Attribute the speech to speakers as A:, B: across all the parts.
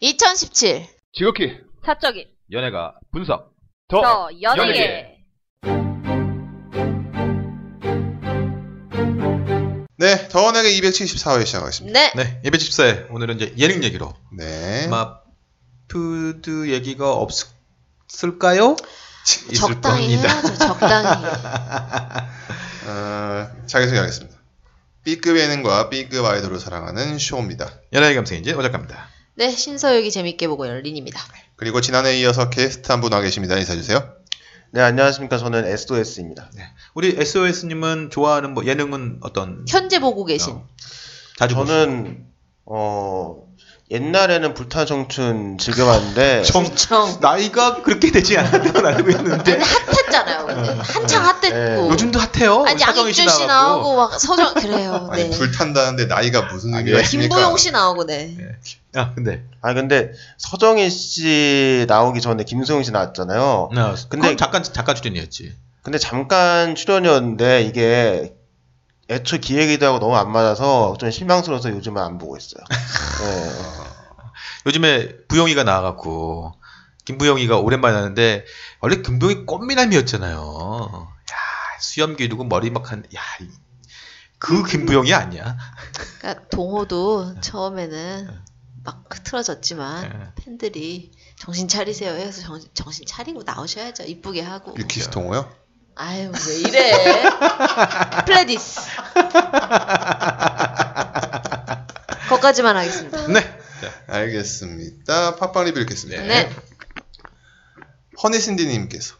A: 2017
B: 지극히
C: 사적인
B: 연예가 분석
C: 저 어, 연예계
B: 연예계.
D: 네, 더원에게 274회 시작하겠습니다.
A: 네
E: 네, 214회. 오늘은 이제 예능 얘기로.
D: 네.
E: 아마 푸드 얘기가 없을까요? 있을
A: 적당히
E: 겁니다.
A: 해야죠 적당히
D: 어, 자기소개하겠습니다. B급 예능과 B급 아이돌을 사랑하는 쇼입니다.
E: 연예계 감성인지 오작갑니다.
A: 네 신서유기 재밌게 보고 열린입니다
D: 그리고 지난해에 이어서 게스트 한 분 와 계십니다. 인사해주세요.
F: 네, 안녕하십니까. 저는 SOS입니다.
E: 우리 SOS님은 좋아하는 뭐 예능은 어떤?
A: 현재 보고 계신
E: 어, 자주 보시는?
F: 저는, 어, 옛날에는 불타정춘 즐겨봤는데,
A: 엄청
E: 나이가 그렇게 되지 않았다고 알고 있는데
A: 핫했잖아요 근데. 한창 핫했고
E: 요즘도 어. 네. 핫해요.
A: 아니
E: 사경이
A: 양익준 씨 나오고 막 서정 그래요
D: 아니,
A: 네
D: 불탄다는데 나이가 무슨
E: 아니,
D: 의미가 있습니까?
A: 김보용 씨 나오고 네
E: 아 근데
F: 아, 근데 서정희 씨 나오기 전에 김소영 씨 나왔잖아요.
E: 나
F: 근데-
E: 근데 그 작가 작가 출연이었지.
F: 근데 잠깐 출연이었는데, 이게 애초 기획이도 하고 너무 안 맞아서 좀 실망스러워서 요즘은 안 보고 있어요. 네.
E: 요즘에 부영이가 나와갖고 김부영이가 오랜만에 나는데 원래 김부영이 꽃미남이었잖아요. 야 수염 기르고 머리 막한 야그 김부영이 아니야.
A: 그러니까 동호도
E: 네.
A: 처음에는 막 흐트러졌지만 팬들이 정신 차리세요 해서 정신, 정신 차리고 나오셔야죠 이쁘게 하고
D: 유키스 동호요?
A: 아유 왜 이래 플레디스 거기까지만 하겠습니다
E: 네.
D: 알겠습니다. 팟빵 리뷰 읽겠습니다.
A: 네
D: 허니신디님께서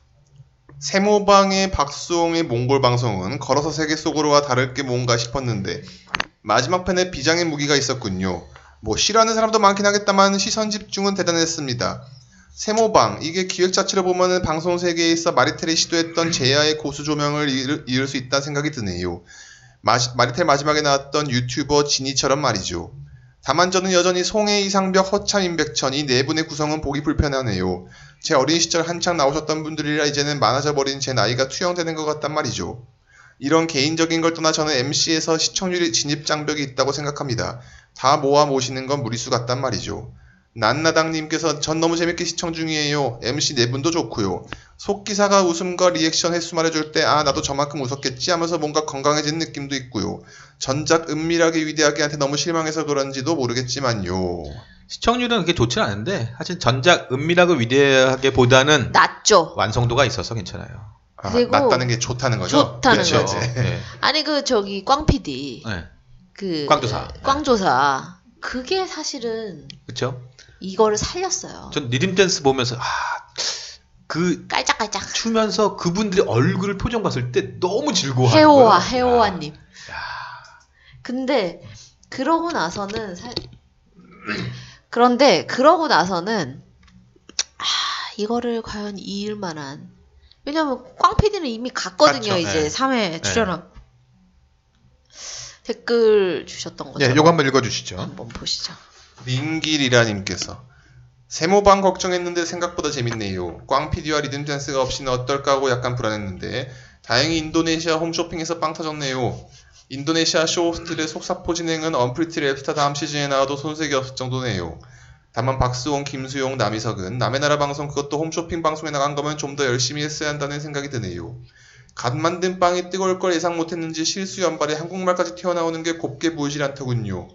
D: 세모방의 박수홍의 몽골 방송은 걸어서 세계 속으로와 다를 게 뭔가 싶었는데 마지막 편에 비장의 무기가 있었군요. 뭐 싫어하는 사람도 많긴 하겠다만 시선 집중은 대단했습니다. 세모방 이게 기획 자체로 보면은 방송 세계에 있어 마리텔이 시도했던 제야의 고수 조명을 이을, 이을 수 있다는 생각이 드네요. 마시- 마리텔 마지막에 나왔던 유튜버 진이처럼 말이죠. 다만 저는 여전히 송혜, 이상벽, 허참, 임백천 이 네 분의 구성은 보기 불편하네요. 제 어린 시절 한창 나오셨던 분들이라 이제는 많아져 버린 제 나이가 투영되는 것 같단 말이죠. 이런 개인적인 걸 떠나 저는 MC에서 시청률이 진입 장벽이 있다고 생각합니다. 다 모아 모시는 건 무리수 같단 말이죠. 난나당님께서 전 너무 재밌게 시청 중이에요. MC 네 분도 좋고요. 속기사가 웃음과 리액션 횟수 말해줄 때 아 나도 저만큼 웃었겠지 하면서 뭔가 건강해진 느낌도 있고요. 전작 은밀하게 위대하게한테 너무 실망해서 그런지도 모르겠지만요.
E: 시청률은 그렇게 좋진 않은데 사실 전작 은밀하고 위대하게 보다는
A: 낫죠
E: 완성도가 있어서 괜찮아요.
D: 아,
A: 그리고
D: 낫다는 게 좋다는 거죠?
A: 좋다는
D: 그렇죠.
A: 거죠.
D: 이제.
E: 네.
A: 아니 그 저기 꽝 PD
E: 네.
A: 그
E: 꽝조사.
A: 꽝조사 그게 사실은
E: 그렇죠.
A: 이거를 살렸어요
E: 전 리듬 댄스 보면서 아, 아그
A: 깔짝깔짝
E: 추면서 그분들의 얼굴 표정 봤을 때 너무 즐거워하는
A: 해오와
E: 거예요. 아.
A: 해오와님
E: 야.
A: 근데 그러고 나서는 사... 그런데 그러고 나서는 아 이거를 과연 이을 만한 왜냐면 꽝 PD는 이미 갔거든요
E: 갔죠.
A: 이제
E: 네.
A: 3회 출연하고 댓글 주셨던 거죠
D: 어,
E: 예, 요거 한번 읽어주시죠.
A: 한번 보시죠
D: 민길이라님께서 세모방 걱정했는데 생각보다 재밌네요. 꽝 PD와 리듬 댄스가 없이는 어떨까 하고 약간 불안했는데 다행히 인도네시아 홈쇼핑에서 빵 터졌네요. 인도네시아 쇼호스트의 속사포 진행은 언프리티 랩스타 다음 시즌에 나와도 손색이 없을 정도네요. 다만 박수홍, 김수용, 남희석은 남의 나라 방송 그것도 홈쇼핑 방송에 나간 거면 좀 더 열심히 했어야 한다는 생각이 드네요. 갓 만든 빵이 뜨거울 걸 예상 못했는지 실수 연발에 한국말까지 튀어나오는 게 곱게 보이질 않더군요.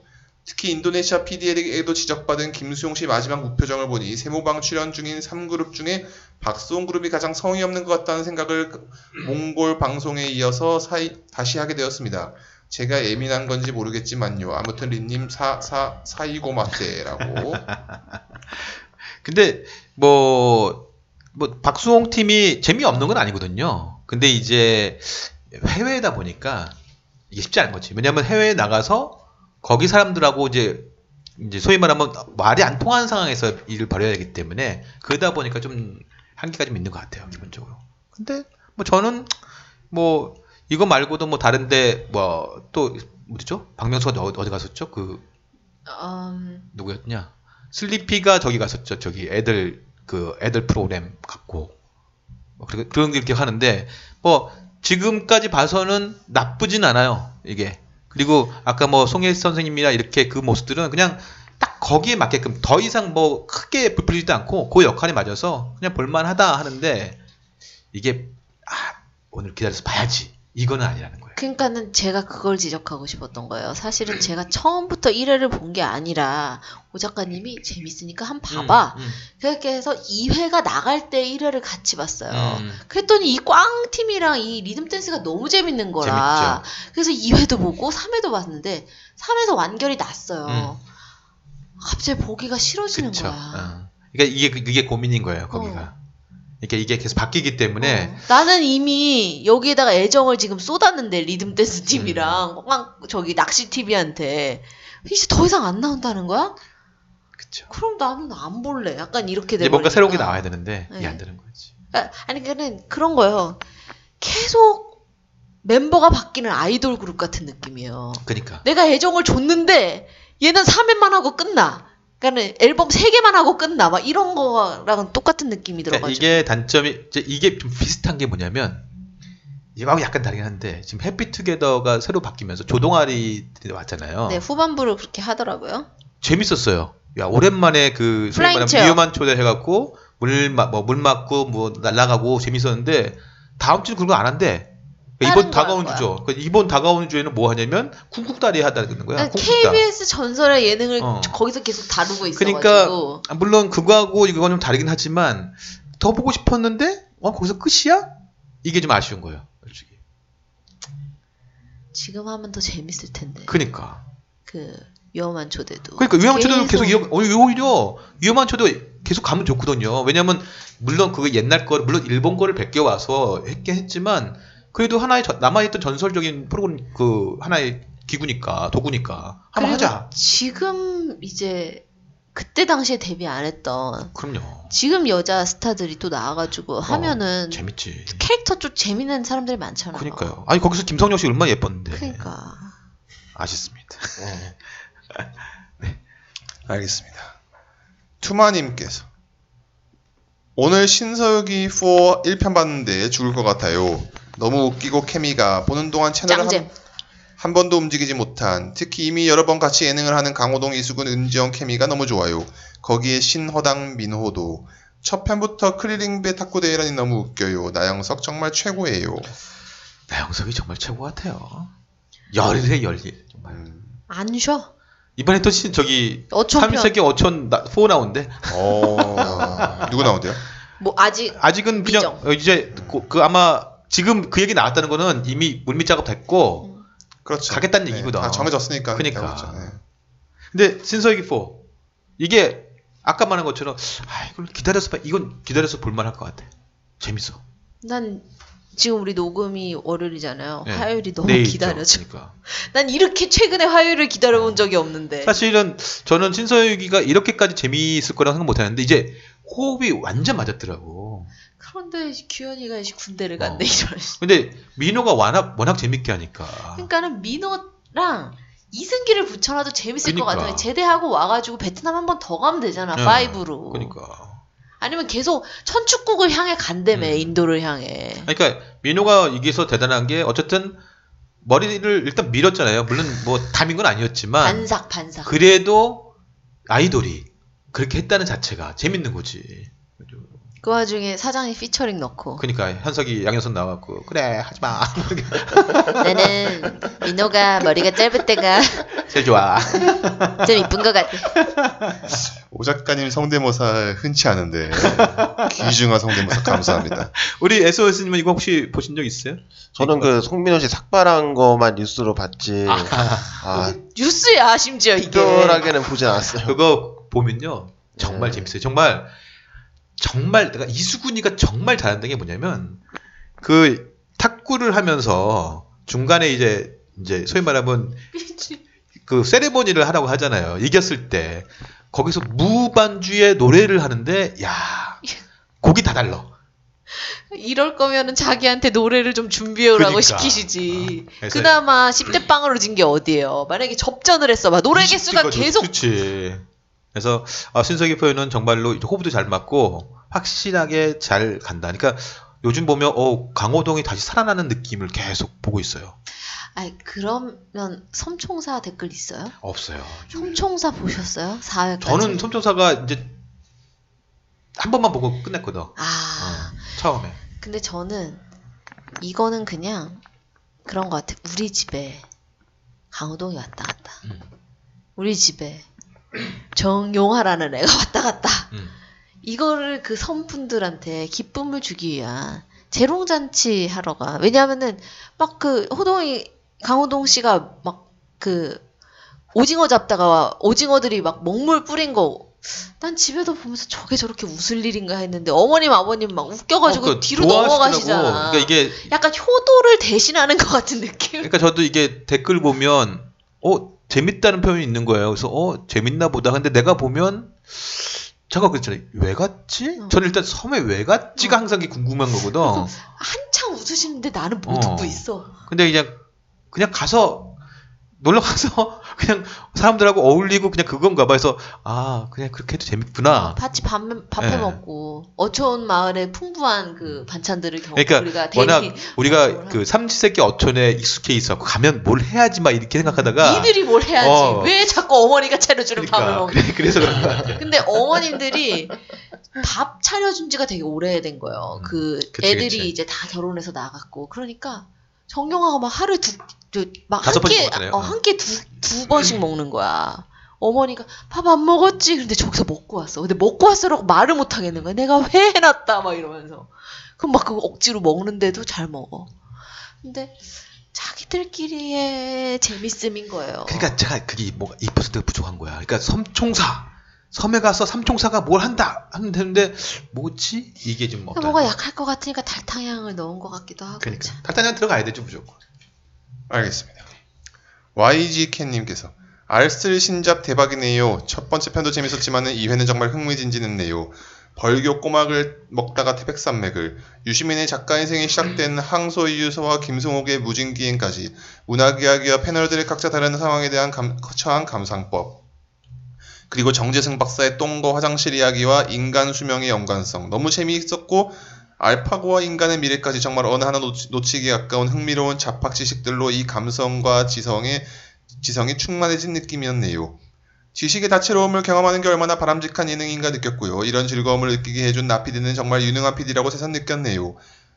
D: 특히 인도네시아 PD에게도 지적받은 김수용 씨 마지막 무표정을 보니 세모방 출연 중인 3그룹 중에 박수홍 그룹이 가장 성의 없는 것 같다는 생각을 몽골 방송에 이어서 사이- 다시 하게 되었습니다. 제가 예민한 건지 모르겠지만요. 아무튼 린님 사, 사, 사이고 마테라고.
E: 근데 뭐, 뭐 박수홍 팀이 재미없는 건 아니거든요. 근데 이제 해외다 보니까 이게 쉽지 않은 거지. 왜냐하면 해외에 나가서 거기 사람들하고 이제 이제 소위 말하면 말이 안 통하는 상황에서 일을 벌여야 되기 때문에 그러다 보니까 좀 한계가 좀 있는 것 같아요 기본적으로. 근데 뭐 저는 뭐 이거 말고도 뭐 다른데 뭐 또 어디죠? 박명수가 어- 어디 갔었죠? 그
A: 음,
E: 누구였냐? 슬리피가 저기 갔었죠. 저기 애들 그 애들 프로그램 갖고 뭐 그런 그런 게 이렇게 하는데 뭐 지금까지 봐서는 나쁘진 않아요. 이게 그리고 아까 뭐 송혜 선생님이나 이렇게 그 모습들은 그냥 딱 거기에 맞게끔 더 이상 뭐 크게 부풀리지도 않고 그 역할에 맞아서 그냥 볼만하다 하는데 이게 아, 오늘 기다려서 봐야지 이거는 아니라는 거예요.
A: 그러니까는 제가 그걸 지적하고 싶었던 거예요. 사실은 제가 처음부터 1회를 본 게 아니라 오 작가님이 재밌으니까 한 번 봐봐.
E: 음,
A: 그렇게 해서 2회가 나갈 때 1회를 같이 봤어요.
E: 음, 음.
A: 그랬더니 이 꽝 팀이랑 이 리듬 댄스가 너무 재밌는 거라. 그래서 2회도 보고 3회도 봤는데 3회에서 완결이 났어요. 갑자기 보기가 싫어지는
E: 음. 그쵸.
A: 거야.
E: 어. 그러니까 이게 이게 고민인 거예요. 거기가. 그러니까 이게 계속 바뀌기 때문에
A: 어. 나는 이미 여기에다가 애정을 지금 쏟았는데 리듬
E: 음.
A: 댄스 팀이랑 꽝 저기 낚시 TV한테 이제 더 이상 안 나온다는 거야?
E: 그쵸.
A: 그럼 나는 안 볼래. 약간 이렇게 돼.
E: 이제 뭔가 새로운 게 나와야 되는데 이게
A: 네.
E: 안 되는 거지.
A: 아, 아니 그는 그런 거예요. 계속 멤버가 바뀌는 아이돌 그룹 같은 느낌이에요.
E: 그러니까.
A: 내가 애정을 줬는데 얘는 3회만 하고 끝나. 그러니까는 앨범 3개만 하고 끝나. 막 이런 거랑은 똑같은 느낌이
E: 그러니까
A: 들어가지고.
E: 이게 단점이 이제 이게 좀 비슷한 게 뭐냐면 이거하고 약간 다르긴 한데 지금 해피투게더가 새로 바뀌면서 조동아리들이 왔잖아요.
A: 네, 후반부를 그렇게 하더라고요.
E: 재밌었어요. 야 오랜만에 그 소위
A: 플라잉
E: 말하면
A: 체어.
E: 위험한 초대 해갖고 물막뭐물 맞고 뭐 날라가고 재밌었는데 다음 주는 그런 거 안 한대.
A: 다른
E: 그러니까 이번
A: 거할
E: 다가오는
A: 거야.
E: 주죠. 그러니까 이번 다가오는 주에는 뭐 하냐면 쿵쿵다리 하다는 거야. 쿵쿵다.
A: 그러니까 KBS 전설의 예능을
E: 어.
A: 거기서 계속 다루고 있어가지고.
E: 그러니까 아, 물론 그거하고 이거는 좀 다르긴 하지만 더 보고 싶었는데 어 거기서 끝이야? 이게 좀 아쉬운 거예요. 솔직히.
A: 지금 하면 더 재밌을 텐데. 그,
E: 그러니까.
A: 위험한 초대도.
E: 그러니까 위험한 초대도 계속 이어 오히- 오히려 위험한 초도 계속 가면 좋거든요. 왜냐면 물론 그 옛날 거 물론 일본 거를 베껴 와서 했긴 했지만 그래도 하나의 저- 남아있던 전설적인 프로그램 그 하나의 기구니까 도구니까 한번
A: 그리고
E: 하자.
A: 지금 이제 그때 당시에 데뷔 안 했던
E: 그럼요.
A: 지금 여자 스타들이 또 나와가지고
E: 어,
A: 하면은
E: 재밌지.
A: 캐릭터 쪽 재밌는 사람들이 많잖아요.
E: 그러니까요. 네. 아니 거기서 김성령 씨 얼마나 예뻤는데.
A: 그러니까.
E: 아쉽습니다.
F: 예.
D: 알겠습니다. 투마님께서 오늘 신서유기 4 1편 봤는데 죽을 것 같아요. 너무 웃기고 케미가 보는 동안 채널을
A: 짱잼.
D: 한, 한 번도 움직이지 못한 특히 이미 여러 번 같이 예능을 하는 강호동, 이수근, 은지영 케미가 너무 좋아요. 거기에 신허당, 민호도 첫 편부터 크리링배 탁구대회라니 너무 웃겨요. 나영석 정말 최고예요.
E: 나영석이 정말 최고 같아요. 열일해 열일 정말.
D: 음,
A: 안 쉬어.
E: 이번에 또 신- 저기
A: 어촌편.
E: 삼일세계 어촌 나, 4 나온대.
D: 어, 누구 나온대요?
A: 뭐 아직
E: 아직은 그냥
A: 미정.
E: 어, 이제 그, 그 아마 지금 그 얘기 나왔다는 거는 이미 물밑 작업 됐고.
A: 음.
D: 그렇죠.
E: 가겠다는
D: 네,
E: 얘기구나.
D: 다 정해졌으니까.
E: 그러니까.
D: 나오죠. 네.
E: 근데 신서유기 4 이게 아까 말한 것처럼 아 이걸 기다려서 봐. 이건 기다려서 볼만할 것 같아. 재밌어.
A: 난 지금 우리 녹음이 월요일이잖아요.
E: 네.
A: 화요일이 너무
E: 내일
A: 기다려져.
E: 그러니까.
A: 난 이렇게 최근에 화요일을 기다려본 적이 없는데.
E: 어. 사실은 저는 신서유기가 이렇게까지 재미있을 거라고 생각 못했는데 이제 호흡이 완전 맞았더라고.
A: 그런데 규현이가 이제 군대를
E: 어.
A: 갔네 이런.
E: 근데 민호가 워낙 워낙 재밌게 하니까.
A: 그러니까는 민호랑 이승기를 붙여놔도 재밌을 것
E: 그러니까.
A: 같아요. 제대하고 와가지고 베트남 한 번 더 가면 되잖아.
E: 네.
A: 파이브로.
E: 그러니까.
A: 아니면 계속 천축국을 향해 간다며
E: 음.
A: 인도를 향해.
E: 그러니까 민호가 여기서 대단한 게 어쨌든 머리를 일단 밀었잖아요. 물론 뭐 담인 건 아니었지만
A: 반삭 반삭.
E: 그래도 아이돌이 그렇게 했다는 자체가 재밌는 거지.
A: 그 와중에 사장이 피처링 넣고.
E: 그러니까 현석이 양현선 나왔고 그래 하지 마.
A: 나는 민호가 머리가 짧을 때가
E: 제일 좋아.
A: 좀 이쁜 것 같아.
D: 오 작가님 성대모사 흔치 않은데 귀중한 성대모사 감사합니다.
E: 우리 SOS님은 이거 혹시 보신 적 있어요?
F: 저는 그 송민호 씨 삭발한 거만 뉴스로 봤지. 아,
A: 뉴스야 심지어 이게.
F: 특별하게는 보진
E: 그렇죠.
F: 않았어요.
E: 그거 보면요 정말
F: 네.
E: 재밌어요. 정말 정말 내가 이수근이가 정말 잘한다는 게 뭐냐면 그 탁구를 하면서 중간에 이제 이제 소위 말하면 그 세레모니를 하라고 하잖아요. 이겼을 때 거기서 무반주의 노래를 하는데 야 곡이 다 달라.
A: 이럴 거면은 자기한테 노래를 좀 준비해오라고
E: 그러니까.
A: 시키시지.
E: 어, 그래서-
A: 그나마 10대 빵으로 진 게 어디예요. 만약에 접전을 했어. 막 노래 개수가 계속
E: 그렇지. 그래서 아, 신석이 표현은 정말로 이제 호흡도 잘 맞고 확실하게 잘 간다. 그러니까 요즘 보면 어, 강호동이 다시 살아나는 느낌을 계속 보고 있어요.
A: 아니 그러면 섬총사 댓글 있어요?
E: 없어요.
A: 섬총사 보셨어요? 4회까지?
E: 저는 섬총사가 이제 한 번만 보고 끝냈거든. 어,
A: 아
E: 처음에.
A: 근데 저는 이거는 그냥 그런 것 같아. 우리 집에 강호동이 왔다 갔다.
E: 음.
A: 우리 집에 정용화라는 애가 왔다 갔다.
E: 음.
A: 이거를 그 선분들한테 기쁨을 주기 위한 재롱잔치 하러 가. 왜냐하면은 막 그 호동이 강호동 씨가 막 그 오징어 잡다가 오징어들이 막 먹물 뿌린 거. 난 집에서 보면서 저게 저렇게 웃을 일인가 했는데 어머님 아버님 막 웃겨가지고
E: 어, 그
A: 뒤로
E: 좋아하시더라고.
A: 넘어가시잖아.
E: 그러니까 이게
A: 약간 효도를 대신하는 것 같은 느낌.
E: 그러니까 저도 이게 댓글 보면 어 재밌다는 표현이 있는 거예요. 그래서 어 재밌나 보다. 근데 내가 보면 잠깐 그랬잖아요. 왜 갔지?
A: 어.
E: 저는 일단 섬에 왜 갔지가 항상 이게 궁금한 거거든.
A: 한창 웃으시는데 나는 못
E: 어.
A: 웃고 있어.
E: 근데 이제 그냥 가서 놀러 가서 그냥 사람들하고 어울리고 그냥 그건가 봐. 그래서 아 그냥 그렇게 해도 재밌구나.
A: 같이 밥, 밥
E: 예.
A: 해먹고 어촌 마을의 풍부한 그 반찬들을 경,
E: 그러니까
A: 우리가
E: 워낙
A: 대리
E: 우리가
A: 어쩌고
E: 그 삼시세끼 어촌에 익숙해 있어갖고 가면 뭘 해야지 막 이렇게 생각하다가
A: 니들이 뭘 해야지
E: 어.
A: 왜 자꾸 어머니가 차려주는 밥을
E: 그러니까
A: 먹는
E: 그래- 그래서 그런 거 같아요.
A: 근데 어머님들이 밥 차려준 지가 되게 오래된 거예요.
E: 음,
A: 그
E: 그치,
A: 애들이
E: 그치.
A: 이제 다 결혼해서 나갔고 그러니까 정경화가 막 하루에
E: 다섯 번씩 먹었잖아요. 음. 응.
A: 어, 두막한끼한끼두두 번씩 먹는 거야. 어머니가 밥 안 먹었지? 근데 저기서 먹고 왔어. 근데 먹고 왔어라고 말을 못 하겠는 거야. 내가 왜 해놨다 막 이러면서. 그럼 막 그거 억지로 먹는데도 잘 먹어. 근데 자기들끼리의 재밌음인 거예요.
E: 그러니까 제가 그게 뭐가 2%가 부족한 거야. 그러니까 섬총사 섬에 가서 삼총사가 뭘 한다 하면 되는데 뭐지 이게 좀
A: 그러니까
E: 없다.
A: 뭔가 약할 것 같으니까 달탕향을 넣은 것 같기도 하고. 참.
E: 그러니까 탈단장 들어가야 되죠 무조건.
D: 알겠습니다. YG 캔님께서 알쓸 신잡 대박이네요. 첫 번째 편도 재밌었지만은 2회는 정말 흥미진진했네요. 벌교 꼬막을 먹다가 태백산맥을 유시민의 작가 인생이 시작된 항소이유서와 김승옥의 무진기행까지 문학이야기와 패널들의 각자 다른 상황에 대한 감, 처한 감상법 그리고 정재승 박사의 똥거 화장실 이야기와 인간 수명의 연관성 너무 재미있었고 알파고와 인간의 미래까지 정말 어느 하나 놓치, 기 아까운 흥미로운 잡학 지식들로 이 감성과 지성의 지성이 충만해진 느낌이었네요. 지식의 다채로움을 경험하는 게 얼마나 바람직한 예능인가 느꼈고요. 이런 즐거움을 느끼게 해준 나피디는 정말 유능한 피디라고 새삼 느꼈네요.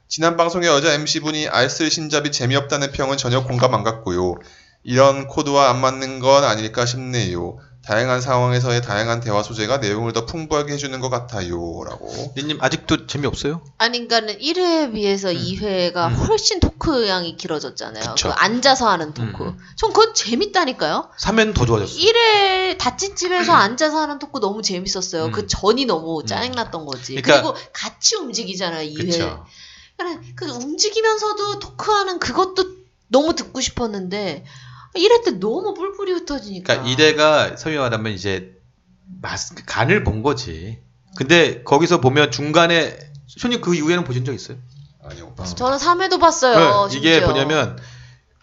D: 지난 방송에 여자 MC분이 알쓸 신잡이 재미없다는 평은 전혀 공감 안 갔고요. 이런 코드와 안 맞는 건 아닐까 싶네요. 다양한 상황에서의 다양한 대화 소재가 내용을 더 풍부하게 해주는 것 같아요. 라고.
E: 니님 아직도 재미없어요?
A: 아니, 그러니까는 1회에 비해서
E: 음.
A: 2회가
E: 음.
A: 훨씬 토크 양이 길어졌잖아요.
E: 그쵸.
A: 그 앉아서 하는 토크.
E: 음.
A: 전 그건 재밌다니까요.
E: 3회는 더 좋아졌어.
A: 1회 다친집에서 앉아서 하는 토크 너무 재밌었어요.
E: 음.
A: 그 전이 너무
E: 음.
A: 짜증났던 거지. 그
E: 그러니까-
A: 리고 같이 움직이잖아요, 2회.
E: 그렇죠.
A: 그러니까 그 움직이면서도 토크하는 그것도 너무 듣고 싶었는데 1회 때 너무 뿔뿔이 흩어지니까.
E: 그러니까 이대가 소위 말하면 이제 맛- 간을 본 거지. 근데 거기서 보면 중간에 손님 그 이후에는 보신 적 있어요?
D: 아니요.
E: 어.
A: 저는 3회도 봤어요.
E: 네, 이게
A: 심지어.
E: 뭐냐면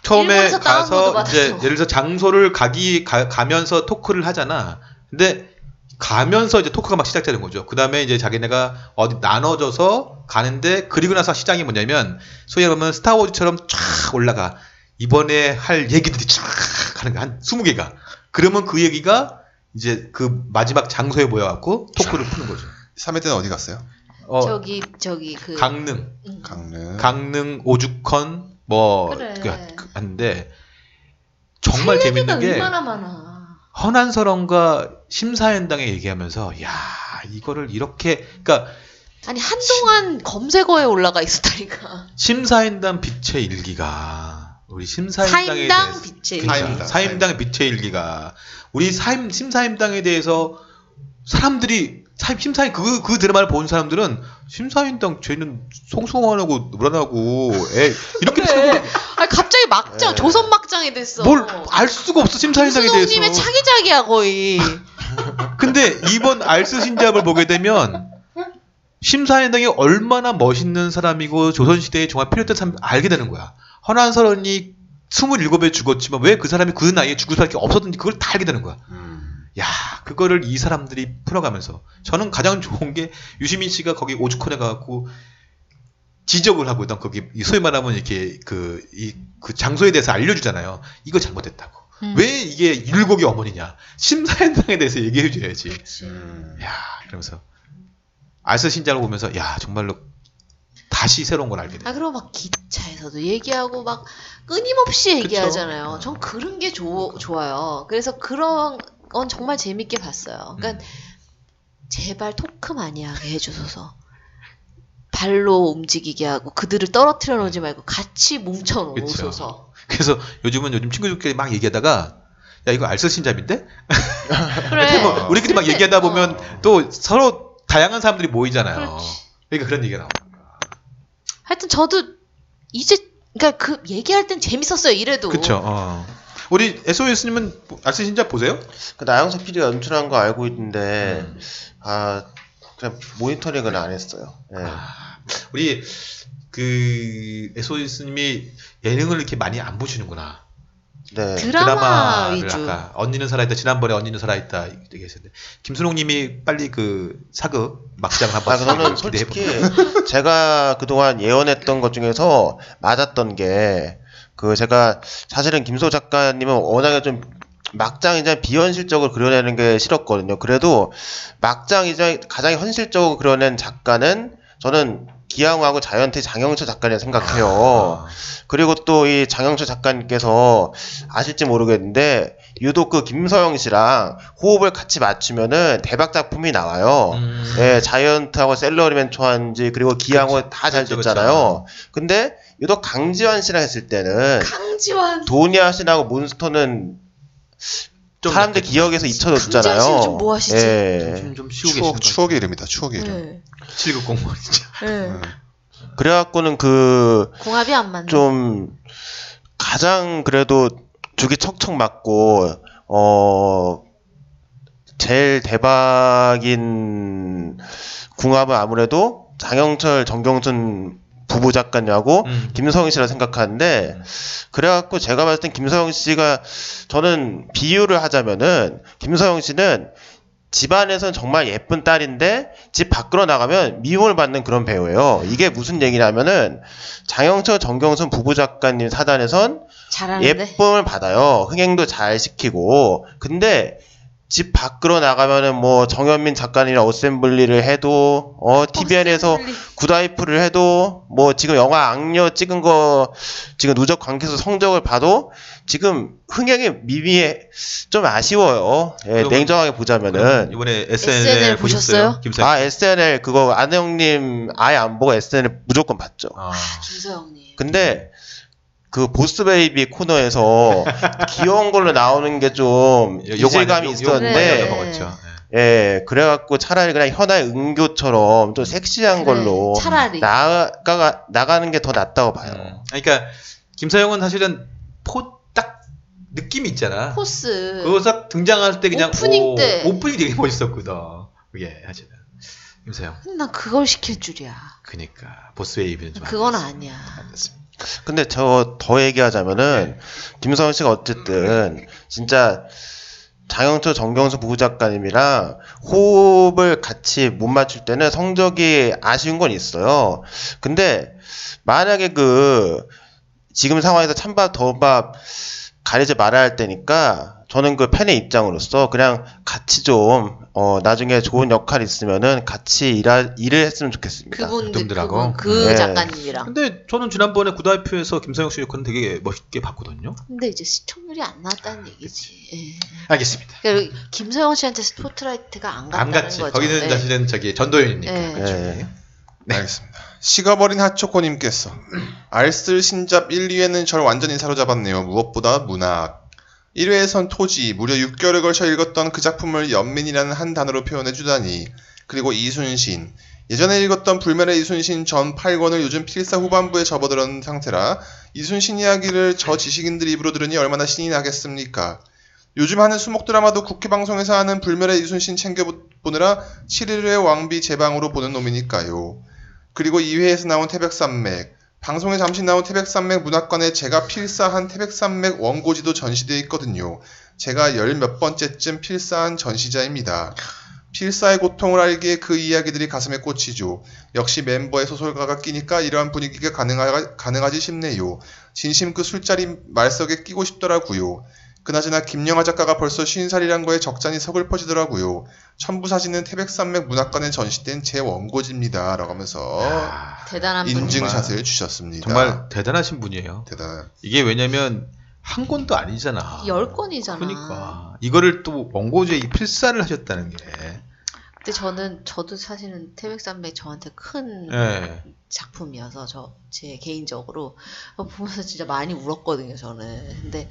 E: 처음에
A: 일본에서 다운로드
E: 가서
A: 받았어.
E: 이제 예를 들어 장소를 가기 가, 면서 토크를 하잖아. 근데 가면서 이제 토크가 막 시작되는 거죠. 그 다음에 이제 자기네가 어디 나눠져서 가는데 그리고 나서 시장이 뭐냐면 소위 말하면 스타워즈처럼 쫙 올라가. 이번에 할 얘기들이 쫙 하는 거야. 한 20개가. 그러면 그 얘기가 이제 그 마지막 장소에 모여갖고 토크를 푸는 거죠.
D: 3회 때는 어디 갔어요?
E: 어,
A: 저기 저기 그
E: 강릉.
A: 음.
D: 강릉.
E: 강릉 오죽헌 뭐
A: 그래.
E: 그- 하는데 정말
A: 할
E: 재밌는
A: 얘기가
E: 게
A: 얼마나 많아.
E: 헌한서령과 심사현당에 얘기하면서 야 이거를 이렇게 그러니까
A: 아니 한동안 검색어에 올라가 있었다니까.
E: 심사현당 빛의 일기가 우리 심사현당에
A: 사임당
E: 대해서
A: 빛의
D: 그러니까.
A: 일기.
D: 사임당.
E: 사임당의 빛의 일기가 우리 사임 심사임당에 대해서 사람들이 사임 심사임 그, 그 드라마를 본 사람들은 심사임당 죄는 송송하고 노란하고 에 이렇게
A: 그래. 아 갑자기 막장
F: 네.
A: 조선 막장이 됐어.
E: 뭘 알 수가 없어 심사임당에 대해서
A: 수동님의 차기작이야 거의.
E: 근데 이번 알쓰신잡을 보게 되면 심사위원장이 얼마나 멋있는 사람이고 조선시대에 정말 필요했던 사람 알게 되는 거야. 헌한설언이 27에 죽었지만 왜 그 사람이 그 나이에 죽을 수밖에 없었는지 그걸 다 알게 되는 거야. 야, 그거를 이 사람들이 풀어가면서 저는 가장 좋은 게 유시민 씨가 거기 오죽헌에 가갖고 지적을 하고 있던 거기 이 소위 말하면 이렇게 그 이 그 장소에 대해서 알려주잖아요. 이거 잘못됐다고.
A: 음.
E: 왜 이게 일곡이 어머니냐? 심사현상에 대해서 얘기해줘야지.
D: 음.
E: 야, 그러면서 알스 신작을 보면서 야 정말로 다시 새로운 걸 알게 돼.
A: 아 그리고 막 기차에서도 얘기하고 막 끊임없이 얘기하잖아요.
E: 그쵸.
A: 전 그런 게 조- 좋아요. 그래서 그런 건 정말 재밌게 봤어요. 그러니까
E: 음.
A: 제발 토크 많이 하게 해주소서. 발로 움직이게 하고 그들을 떨어뜨려 놓지 말고 같이 뭉쳐 놓으소서.
E: 그래서 요즘은 요즘 친구들끼리 막 얘기하다가 야 이거 알쓸 신잡인데?
A: 그래. 어.
E: 뭐 우리끼리 막
A: 네. 그치.
E: 얘기하다 보면 또 서로 다양한 사람들이 모이잖아요.
A: 그렇지.
E: 그러니까 그런 얘기가 나와.
A: 하여튼 저도 이제 그러니까 그 얘기할 땐 재밌었어요. 이래도.
E: 그쵸. 어. 우리 SOS님은 알쓸 신잡 보세요?
F: 그 나영석 PD가 연출한 거 알고 있는데
E: 음.
F: 아 그냥 모니터링은 안 했어요. 예.
E: 아. 우리 그 SOS님이 예능을 이렇게 많이 안 보시는구나.
F: 네.
A: 드라마
E: 드라마를
A: 위주.
E: 아까 언니는 살아있다 지난번에 언니는 살아있다 얘기했었는데 김순옥님이 빨리 그 사극 막장
F: 아,
E: 한번
F: 그거는 솔직히
E: 네
F: 제가 그동안 예언했던 것 중에서 맞았던 게, 그 제가 사실은 김소 작가님은 워낙에 좀 막장이자 비현실적으로 그려내는 게 싫었거든요. 그래도 막장이자 가장 현실적으로 그려낸 작가는 저는 기양호하고 자이언트 장영철 작가라
E: 아.
F: 생각해요. 그리고 또 이 장영철 작가님께서 아실지 모르겠는데 유독 그 김서영 씨랑 호흡을 같이 맞추면은 대박 작품이
E: 어.
F: 나와요.
E: 음.
F: 예, 자이언트하고 셀러리맨 초한지 그리고 기양호 다 잘
E: 그쵸,
F: 됐잖아요. 근데 유독 강지환 씨랑 했을
A: 네.
F: 때는
A: 강지환.
F: 도니아 씨하고 몬스터는 사람들 기억에서
A: 강지환 씨는
F: 잊혀졌잖아요.
A: 좀 뭐 하시지?
F: 예.
E: 좀 쉬고
D: 추억,
E: 계신
D: 추억의 이름이다. 추억의 이름.
A: 네.
E: 7급 공무원 뭐 진짜.
A: 네.
D: 음.
F: 그래갖고는 그
A: 궁합이 안 맞네.
F: 좀 가장 그래도 죽이 척척 맞고 어 제일 대박인 궁합은 아무래도 장영철 정경순 부부 작가냐고
E: 음.
F: 김성희 씨라 생각하는데 그래갖고 제가 봤을 땐 김성희 씨가 저는 비유를 하자면은 김성희 씨는 집안에서는 정말 예쁜 딸인데 집 밖으로 나가면 미움을 받는 그런 배우예요. 이게 무슨 얘기냐면은 장영철 정경순 부부 작가님 사단에선
A: 잘하는데.
F: 예쁨을 받아요. 흥행도 잘 시키고 근데 집 밖으로 나가면은 뭐 정현민 작가님이랑 어셈블리를 해도 어 TVN에서 굿아이프를 해도 뭐 지금 영화 악녀 찍은 거 지금 누적 관계수 성적을 봐도 지금 흥행이 미미해 좀 아쉬워요. 예,
E: 그러면-
F: 냉정하게
E: 그럼
F: 보자면은
E: 이번에 SNL,
A: SNL 보셨어요?
E: 김사.
F: 아 SNL 그거 안영님 아예 안 보고 SNL 무조건 봤죠.
E: 아.
A: 김서영님.
F: 근데 그 보스베이비 코너에서 귀여운 걸로 나오는 게 좀
E: 예, 요- 요거
F: 이질감이
E: 아니야? 요- 요거
F: 있었는데
E: 아니야? 먹었죠. 네.
F: 예, 그래갖고 차라리 그냥 현아의 은교처럼 좀
A: 그래,
F: 섹시한 걸로
A: 네, 차라리.
F: 나가 나가는 게 더 낫다고
E: 예.
F: 봐요.
E: 음. 그러니까 김사영은 사실은 포 딱 느낌이 있잖아.
A: 포스.
E: 그거 딱 등장할 때 그냥
A: 오프닝
E: 오,
A: 때.
E: 오프닝 되게 멋있었거든. 그게 사실은 김사영.
A: 근데 난 그걸 시킬 줄이야.
E: 그니까 보스웨이브는 좀안
A: 그건
E: 됐어요.
A: 아니야.
E: 안 됐습니다.
F: 근데 저 더 얘기하자면은 김성현 씨가 어쨌든 진짜 장영철 정경수 부부 작가님이랑 호흡을 같이 못 맞출 때는 성적이 아쉬운 건 있어요. 근데 만약에 그 지금 상황에서 찬밥 더밥 가리지 말아야 할 때니까 저는 그 팬의 입장으로서 그냥 같이 좀 어, 나중에 좋은 역할 있으면은 같이 일하, 일을 했으면 좋겠습니다.
E: 아,
A: 그분
E: 그분들하고. 음.
A: 그분 그
F: 네.
A: 작가님이랑.
E: 근데 저는 지난번에 구다이프에서 김성혁 씨 역할은 되게 멋있게 봤거든요.
A: 근데 이제 시청률이 안 나왔다는 얘기지. 예.
E: 알겠습니다.
A: 그러니까 김서영 씨한테 스포트라이트가 안 갔다는
E: 안 갔지.
A: 거죠.
E: 거기는
A: 예.
E: 사실은 저기 전도연이니까.
A: 네.
E: 그쵸?
F: 네.
D: 알겠습니다. 식어버린 하초코님께서 알쓸 신잡 1, 2회는 절 완전히 사로잡았네요. 무엇보다 문학. 1회에선 토지, 무려 6개월에 걸쳐 읽었던 그 작품을 연민이라는 한 단어로 표현해주다니. 그리고 이순신. 예전에 읽었던 불멸의 이순신 전 8권을 요즘 필사 후반부에 접어들은 상태라 이순신 이야기를 저 지식인들 입으로 들으니 얼마나 신이 나겠습니까. 요즘 하는 수목 드라마도 국회 방송에서 하는 불멸의 이순신 챙겨보느라 7일의 왕비 제방으로 보는 놈이니까요. 그리고 2회에서 나온 태백산맥, 방송에 잠시 나온 태백산맥 문학관에 제가 필사한 태백산맥 원고지도 전시되어 있거든요. 제가 열 몇 번째쯤 필사한 전시자입니다. 실사의 고통을 알기에 그 이야기들이 가슴에 꽂히죠. 역시 멤버의 소설가가 끼니까 이러한 분위기가 가능하, 가능하지 싶네요. 진심 그 술자리 말석에 끼고 싶더라고요. 그나저나 김영하 작가가 벌써 50살이란 거에 적잖이 서글퍼지더라고요. 첨부사진은 태백산맥 문학관에 전시된 제 원고지입니다. 라고 하면서
E: 아,
A: 대단한 분.
E: 인증-
D: 인증샷을 주셨습니다.
E: 정말 대단하신 분이에요.
D: 대단한.
E: 이게 왜냐면 한 권도 아니잖아.
A: 열 권이잖아.
E: 그러니까 이거를 또 원고제 이 필사를 하셨다는 게.
A: 음. 근데 저는 저도 사실은 태백산맥 저한테 큰
E: 예.
A: 작품이어서 저 제 개인적으로 어, 보면서 진짜 많이 울었거든요 저는 근데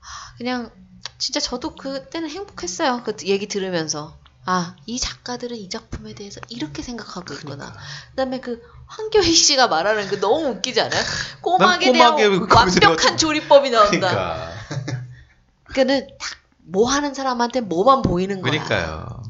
A: 하, 그냥 진짜 저도 그때는 행복했어요 그 얘기 들으면서 아 이 작가들은 이 작품에 대해서 이렇게 생각하고 있구나
E: 그러니까.
A: 그다음에그 황교희 씨가 말하는 그 너무 웃기지 않아요? 꼬막에 대한
E: 꼬막에 그
A: 완벽한
E: 거기서
A: 조리법이 나온다
E: 그러니까.
A: 그러니까는 딱 뭐 하는 사람한테 뭐만 보이는 거야
E: 그러니까요.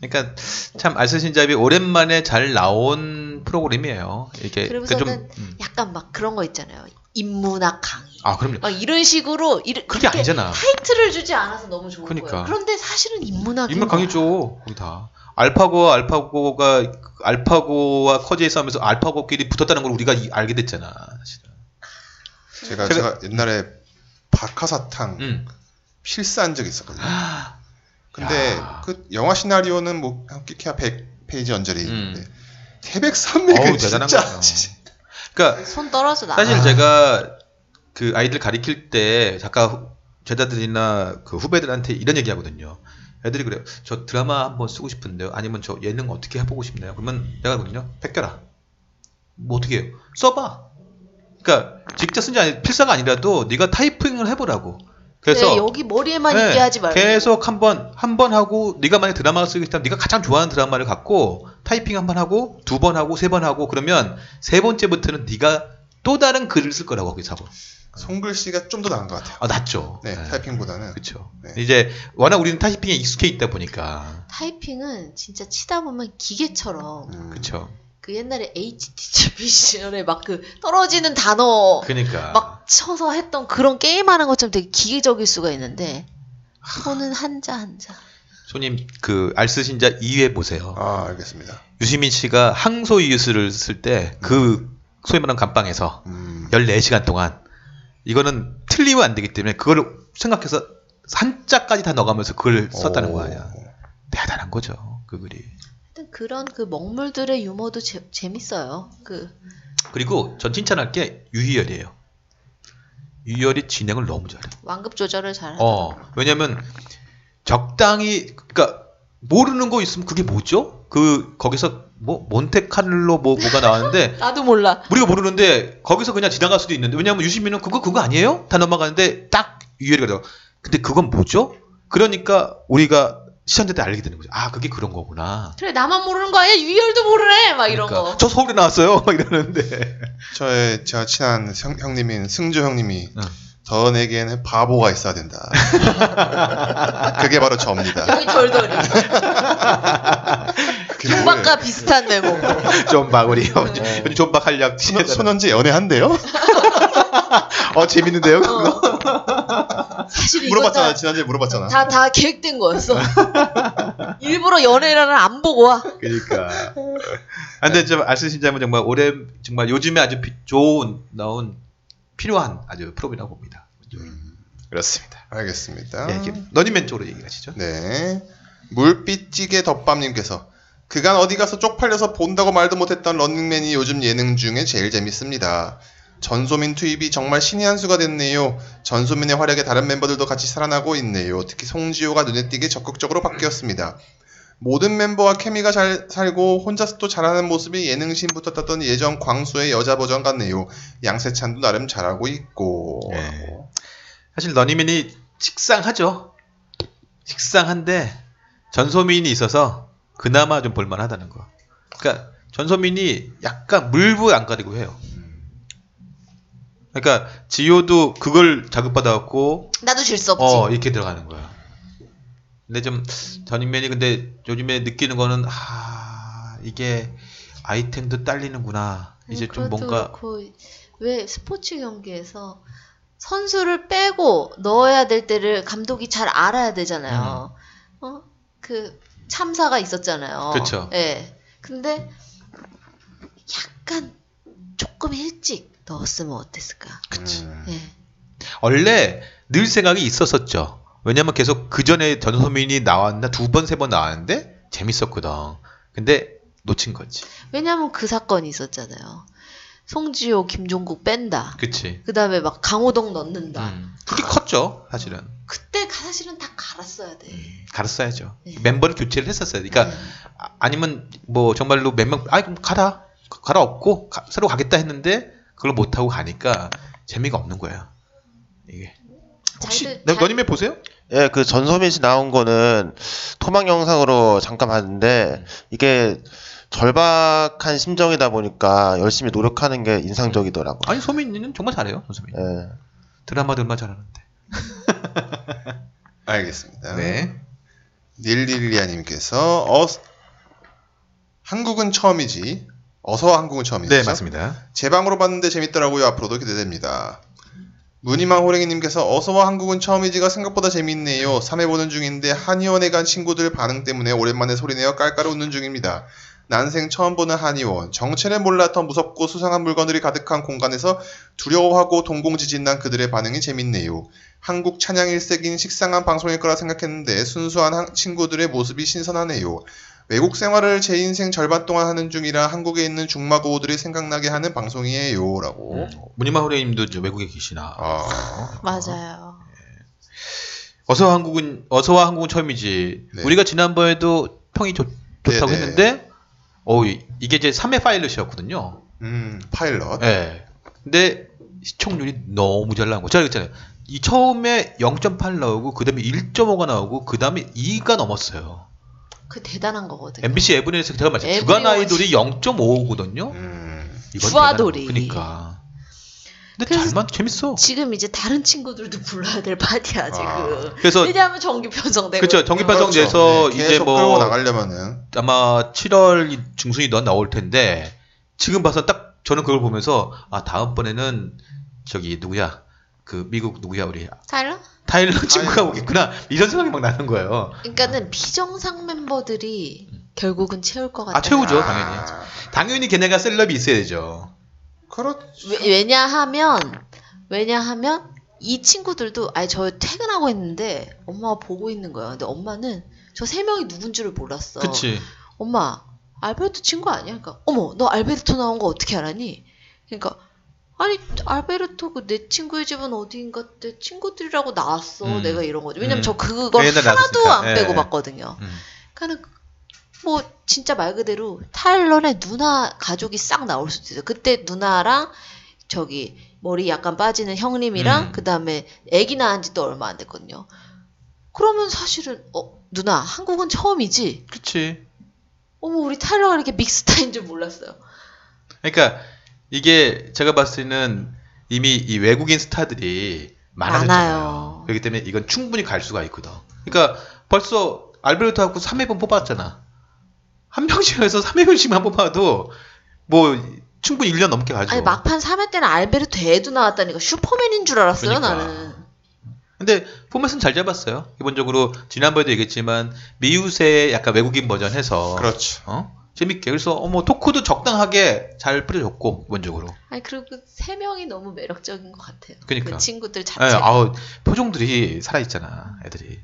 E: 그러니까 참 알쓸신잡이 오랜만에 잘 나온 프로그램이에요. 이렇게 그러니까 좀
A: 그러면서는
E: 음.
A: 약간 막 그런 거 있잖아요 인문학 강의
E: 아 그럼요.
A: 막 이런 식으로 이르-
E: 그게
A: 그렇게
E: 아니잖아.
A: 타이틀을 주지 않아서 너무 좋은
E: 그러니까.
A: 거예요. 그런데 사실은 인문학이
E: 인맥 강했죠. 거기 다. 알파고와 알파고가 알파고와 커제이 싸움에서 알파고끼리 붙었다는 걸 우리가 이- 알게 됐잖아. 사실은.
D: 제가, 제가
E: 제가-
D: 옛날에 박하사탕
E: 음. 아,
D: 실사한 적이 있었거든요. 근데
E: 야.
D: 그 영화 시나리오는 뭐 함께해야 100페이지 언저리.
E: 음.
D: 데 태백산맥은
E: 어우, 대단한
D: 진짜
E: 거예요. 그러니까
A: 손 떨어져 나.
E: 사실 제가 그 아이들 가리킬 때 작가 후- 제자들이나 그 후배들한테 이런 얘기 하거든요. 애들이 그래요. 저 드라마 한번 쓰고 싶은데요. 아니면 저 예능 어떻게 해보고 싶나요? 그러면 내가 그러거든요. 베껴라. 뭐 어떻게 해요? 써봐. 그러니까 직접 쓴 게 아니 필사가 아니라도 네가 타이핑을 해보라고. 그래서
A: 네, 여기 머리에만
E: 네,
A: 있게 하지 말고
E: 계속 한번 한 번 하고 네가 만약 드라마를 쓰고 싶다면 네가 가장 좋아하는 드라마를 갖고 타이핑 한 번 하고 두 번 하고 세 번 하고 그러면 세 번째부터는 네가 또 다른 글을 쓸 거라고 거기서 하고.
D: 손글씨가 좀 더 나은 것 같아요.
E: 아 낫죠.
D: 네, 타이핑보다는
E: 그렇죠.
D: 네.
E: 이제 워낙 우리는 타이핑에 익숙해 있다 보니까
A: 타이핑은 진짜 치다 보면 기계처럼
D: 음,
E: 그렇죠.
A: 그 옛날에 HTTP 시절에 막 그 떨어지는 단어
E: 그러니까
A: 막 쳐서 했던 그런 게임하는 것처럼 되게 기계적일 수가 있는데 그거는 한자 한자.
E: 손님 그 알쓰신자 2회 보세요.
D: 아 알겠습니다.
E: 유시민 씨가 항소 이유스를 쓸 때 그 소위 말하는 감방에서
D: 음,
E: 14시간 동안 이거는 틀리면 안 되기 때문에 그걸 생각해서 한자까지 다 넣어가면서 그걸 썼다는
D: 오.
E: 거 아니야. 대단한 거죠. 그 글이.
A: 하여튼 그런 그 먹물들의 유머도 재, 재밌어요. 그
E: 그리고 전 칭찬할 게 유희열이에요. 유희열이 진행을 너무 잘해.
A: 완급 조절을 잘하는
E: 어. 왜냐면 적당히 그러니까 모르는 거 있으면 그게 뭐죠? 그 거기서 뭐 몬테카를로 뭐 뭐가 나왔는데
A: 나도 몰라.
E: 우리가 모르는데 거기서 그냥 지나갈 수도 있는데 왜냐하면 유시민은 그거 그거 아니에요? 다 넘어가는데 딱 유열이가 들어. 근데 그건 뭐죠? 그러니까 우리가 시청자 때 알게 되는 거죠. 아 그게 그런 거구나.
A: 그래 나만 모르는 거 아니야? 유열도 모르래 막 아, 이런
E: 그러니까,
A: 거.
E: 저 서울에 나왔어요. 막 이러는데.
D: 저의 제가 친한 형, 형님인 승조 형님이
E: 응.
D: 더 내게는 바보가 있어야 된다. 그게 바로 저입니다.
A: 여기 절더리.
D: 그게
A: 조박과 비슷한 외모.
E: 존박
A: 네.
E: 우리 요즘 존박 한약
D: 소년, 소년지 연애한대요?
E: 어 재밌는데요.
A: 사실 이거
D: 물어봤잖아
A: 다,
D: 지난주에 물어봤잖아.
A: 다, 다 계획된 거였어. 일부러 연애라는 안 보고 와.
E: 그러니까. 아, 근데 좀 알쓰신자면 정말 올해 정말 요즘에 아주 비- 좋은 나온 필요한 아주 프로그램이라고 봅니다.
D: 음,
E: 그렇습니다.
D: 알겠습니다.
E: 예, 이렇게 너님맨 쪽으로 얘기를 하시죠.
D: 네. 물빛찌개 덮밥님께서 그간 어디 가서 쪽팔려서 본다고 말도 못했던 런닝맨이 요즘 예능 중에 제일 재밌습니다. 전소민 투입이 정말 신의 한 수가 됐네요. 전소민의 활약에 다른 멤버들도 같이 살아나고 있네요. 특히 송지효가 눈에 띄게 적극적으로 바뀌었습니다. 모든 멤버와 케미가 잘 살고 혼자서도 잘하는 모습이 예능신부터 땄던 예전 광수의 여자 버전 같네요. 양세찬도 나름 잘하고 있고.
E: 네. 사실 너니맨이 식상하죠. 식상한데 전소민이 있어서 그나마 좀 볼만하다는 거. 그러니까 전소민이 약간 물불 안 가리고 해요. 그러니까 지효도 그걸 자극받아갖고
A: 나도 질 수 없지.
E: 어 이렇게 들어가는 거야. 근데 좀 전인맨이 근데 요즘에 느끼는 거는 아 이게 아이템도 딸리는구나. 이제 좀 뭔가
A: 음, 그렇고, 왜 스포츠 경기에서 선수를 빼고 넣어야 될 때를 감독이 잘 알아야 되잖아요. 어? 그 참사가 있었잖아요.
E: 음. 그쵸.
A: 예. 근데 약간 조금 일찍 넣었으면 어땠을까?
E: 그치.
D: 음,
A: 예.
E: 원래 늘 생각이 있었었죠. 왜냐면 계속 그 전에 전소민이 나왔나 두 번 세 번 나왔는데 재밌었거든. 근데 놓친 거지.
A: 왜냐면 그 사건이 있었잖아요. 송지효, 김종국 뺀다.
E: 그치.
A: 그 다음에 막 강호동 넣는다.
E: 음. 그게 컸죠, 사실은.
A: 그때 사실은 다 갈았어야 돼.
E: 갈았어야죠.
A: 네.
E: 멤버를 교체를 했었어요. 음. 그러니까 아- 아니면 뭐 정말로 몇 명, 아 그럼 가라, 가- 가라 없고 가- 새로 가겠다 했는데 그걸 못 하고 가니까 재미가 없는 거야. 이게 혹시
A: 자기들-
E: 너-
A: 자-
E: 너님의 보세요?
F: 예, 그 전소민 씨 나온 거는 토막 영상으로 잠깐 봤는데 이게 절박한 심정이다 보니까 열심히 노력하는 게 인상적이더라고요.
E: 아니 소민이는 정말 잘해요, 소민.
F: 예.
E: 드라마도 얼마 잘하는데.
D: 알겠습니다.
E: 네.
D: 닐릴리아님께서 어 한국은 처음이지 어서 한국은 처음이죠.
E: 네, 맞습니다.
D: 제 방으로 봤는데 재밌더라고요. 앞으로도 기대됩니다. 무늬망 호랭이님께서 어서와 한국은 처음이지가 생각보다 재밌네요. 3회 보는 중인데 한의원에 간 친구들 반응 때문에 오랜만에 소리내어 깔깔 웃는 중입니다. 난생 처음 보는 한의원. 정체를 몰랐던 무섭고 수상한 물건들이 가득한 공간에서 두려워하고 동공지진난 그들의 반응이 재밌네요. 한국 찬양 일색인 식상한 방송일 거라 생각했는데 순수한 한- 친구들의 모습이 신선하네요. 외국 생활을 제 인생 절반 동안 하는 중이라 한국에 있는 중마고우들이 생각나게 하는 방송이에요라고.
E: 문희마 어, 후레님도 이제 외국에 계시나.
D: 아.
A: 맞아요.
E: 어서 한국은 어서와 한국은 처음이지.
D: 네.
E: 우리가 지난번에도 평이 좋, 다고
D: 네네.
E: 했는데, 어 이게 이제 3회 파일럿이었거든요.
D: 음 파일럿.
E: 예. 근데 시청률이 너무 잘 나온 거. 제가 그랬잖아요. 이 처음에 0.8 나오고 그다음에 1.5가 나오고 그다음에 2가 넘었어요.
A: 그 대단한 거거든요.
E: MBC 에브리에서 제가 말씀
A: 에브리온
E: 주간 아이돌이 0.5거든요.
D: 음.
A: 주아돌이.
E: 그러니까. 근데
A: 그래서-
E: 잘만 재밌어.
A: 지금 이제 다른 친구들도 불러야 될 파티야 지금.
E: 아. 그래서
A: 왜냐하면 정기 편성되고.
E: 그렇죠. 정기
A: 있고요.
E: 편성돼. 그래서
D: 네,
E: 이제
D: 계속
E: 뭐-
D: 끌고 나가려면은
E: 아마 7월 중순이 넌 나올 텐데 지금 봐서 딱 저는 그걸 보면서 아 다음번에는 저기 누구야 그 미국 누구야 우리
A: 살라?
E: 타일러 친구가 오겠구나 이런 생각이 막 나는 거예요.
A: 그러니까는 비정상 멤버들이 결국은 채울 것 같아요.
E: 아 최우죠
D: 아,
E: 당연히. 당연히 걔네가 셀럽이 있어야 되죠.
D: 그렇죠.
A: 왜, 냐하면 왜냐하면 이 친구들도 아니 저 퇴근하고 있는데 엄마가 보고 있는 거예요. 근데 엄마는 저 세 명이 누군 줄을 몰랐어.
E: 그치.
A: 엄마 알베르토 친구 아니야? 그러니까 어머 너 알베르토 나온 거 어떻게 알았니? 그러니까 아니 알베르토 그 내 친구의 집은 어디인가 내 친구들이라고 나왔어
E: 음.
A: 내가 이런 거죠. 왜냐면
E: 음.
A: 저 그걸
E: 옛날에
A: 하나도
E: 나왔으니까.
A: 안 빼고
E: 예.
A: 봤거든요.
E: 음.
A: 그러니까는 뭐 진짜 말 그대로 타일런의 누나 가족이 싹 나올 수도 있어요. 그때 누나랑 저기 머리 약간 빠지는 형님이랑
E: 음.
A: 그다음에 아기 낳은 지도 얼마 안 됐거든요. 그러면 사실은 어 누나 한국은 처음이지.
E: 그치.
A: 어머 우리 타일러가 이렇게 믹스타인 줄 몰랐어요.
E: 그러니까 이게 제가 봤을 때는 이미 이 외국인 스타들이 많아졌잖아요.
A: 많아요.
E: 그렇기 때문에 이건 충분히 갈 수가 있거든. 그러니까 벌써 알베르토하고 3회분 뽑았잖아. 한 명씩 해서 3회분씩만 뽑아도 뭐 충분히 1년 넘게 가죠.
A: 아니 막판 3회 때는 알베르토 애도 나왔다니까 슈퍼맨인 줄 알았어요
E: 그러니까.
A: 나는.
E: 근데 포맷은 잘 잡았어요. 기본적으로 지난번에도 얘기했지만 미우새 약간 외국인 버전 해서
D: 그렇죠.
E: 어? 재밌게 그래서 어뭐 토크도 적당하게 잘 뿌려줬고 기본적으로.
A: 아니 그리고 그세 명이 너무 매력적인 것 같아요.
E: 그러니까.
A: 그 친구들
E: 예,
A: 자체.
E: 아우 표정들이 살아있잖아 애들이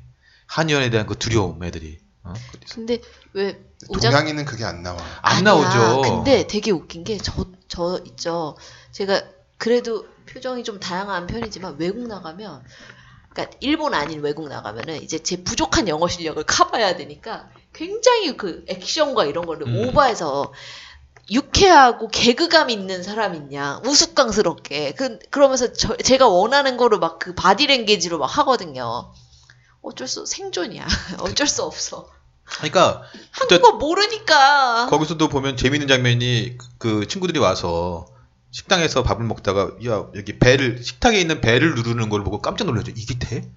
E: 한의원에 대한 그 두려움 애들이 어?
A: 근데 왜 오장
D: 동양인은 그게 안 나와.
E: 안
A: 아니야.
E: 나오죠
A: 근데 되게 웃긴 게 저 저 있죠. 제가 그래도 표정이 좀 다양한 편이지만 외국 나가면 그러니까 일본 아닌 외국 나가면은 이제 제 부족한 영어 실력을 커버해야 되니까 굉장히 그 액션과 이런 거를
E: 음.
A: 오버해서 유쾌하고 개그감 있는 사람이냐 우스꽝스럽게 그 그러면서 저- 제가 원하는 거를 막 그 바디랭귀지로 막 하거든요. 어쩔 수 생존이야. 어쩔 수 없어.
E: 그러니까 그때
A: 한국어 모르니까.
E: 거기서도 보면 재밌는 장면이 그- 그 친구들이 와서 식당에서 밥을 먹다가 야 여기 배를 식탁에 있는 배를 누르는 걸 보고 깜짝 놀라죠 이게 돼?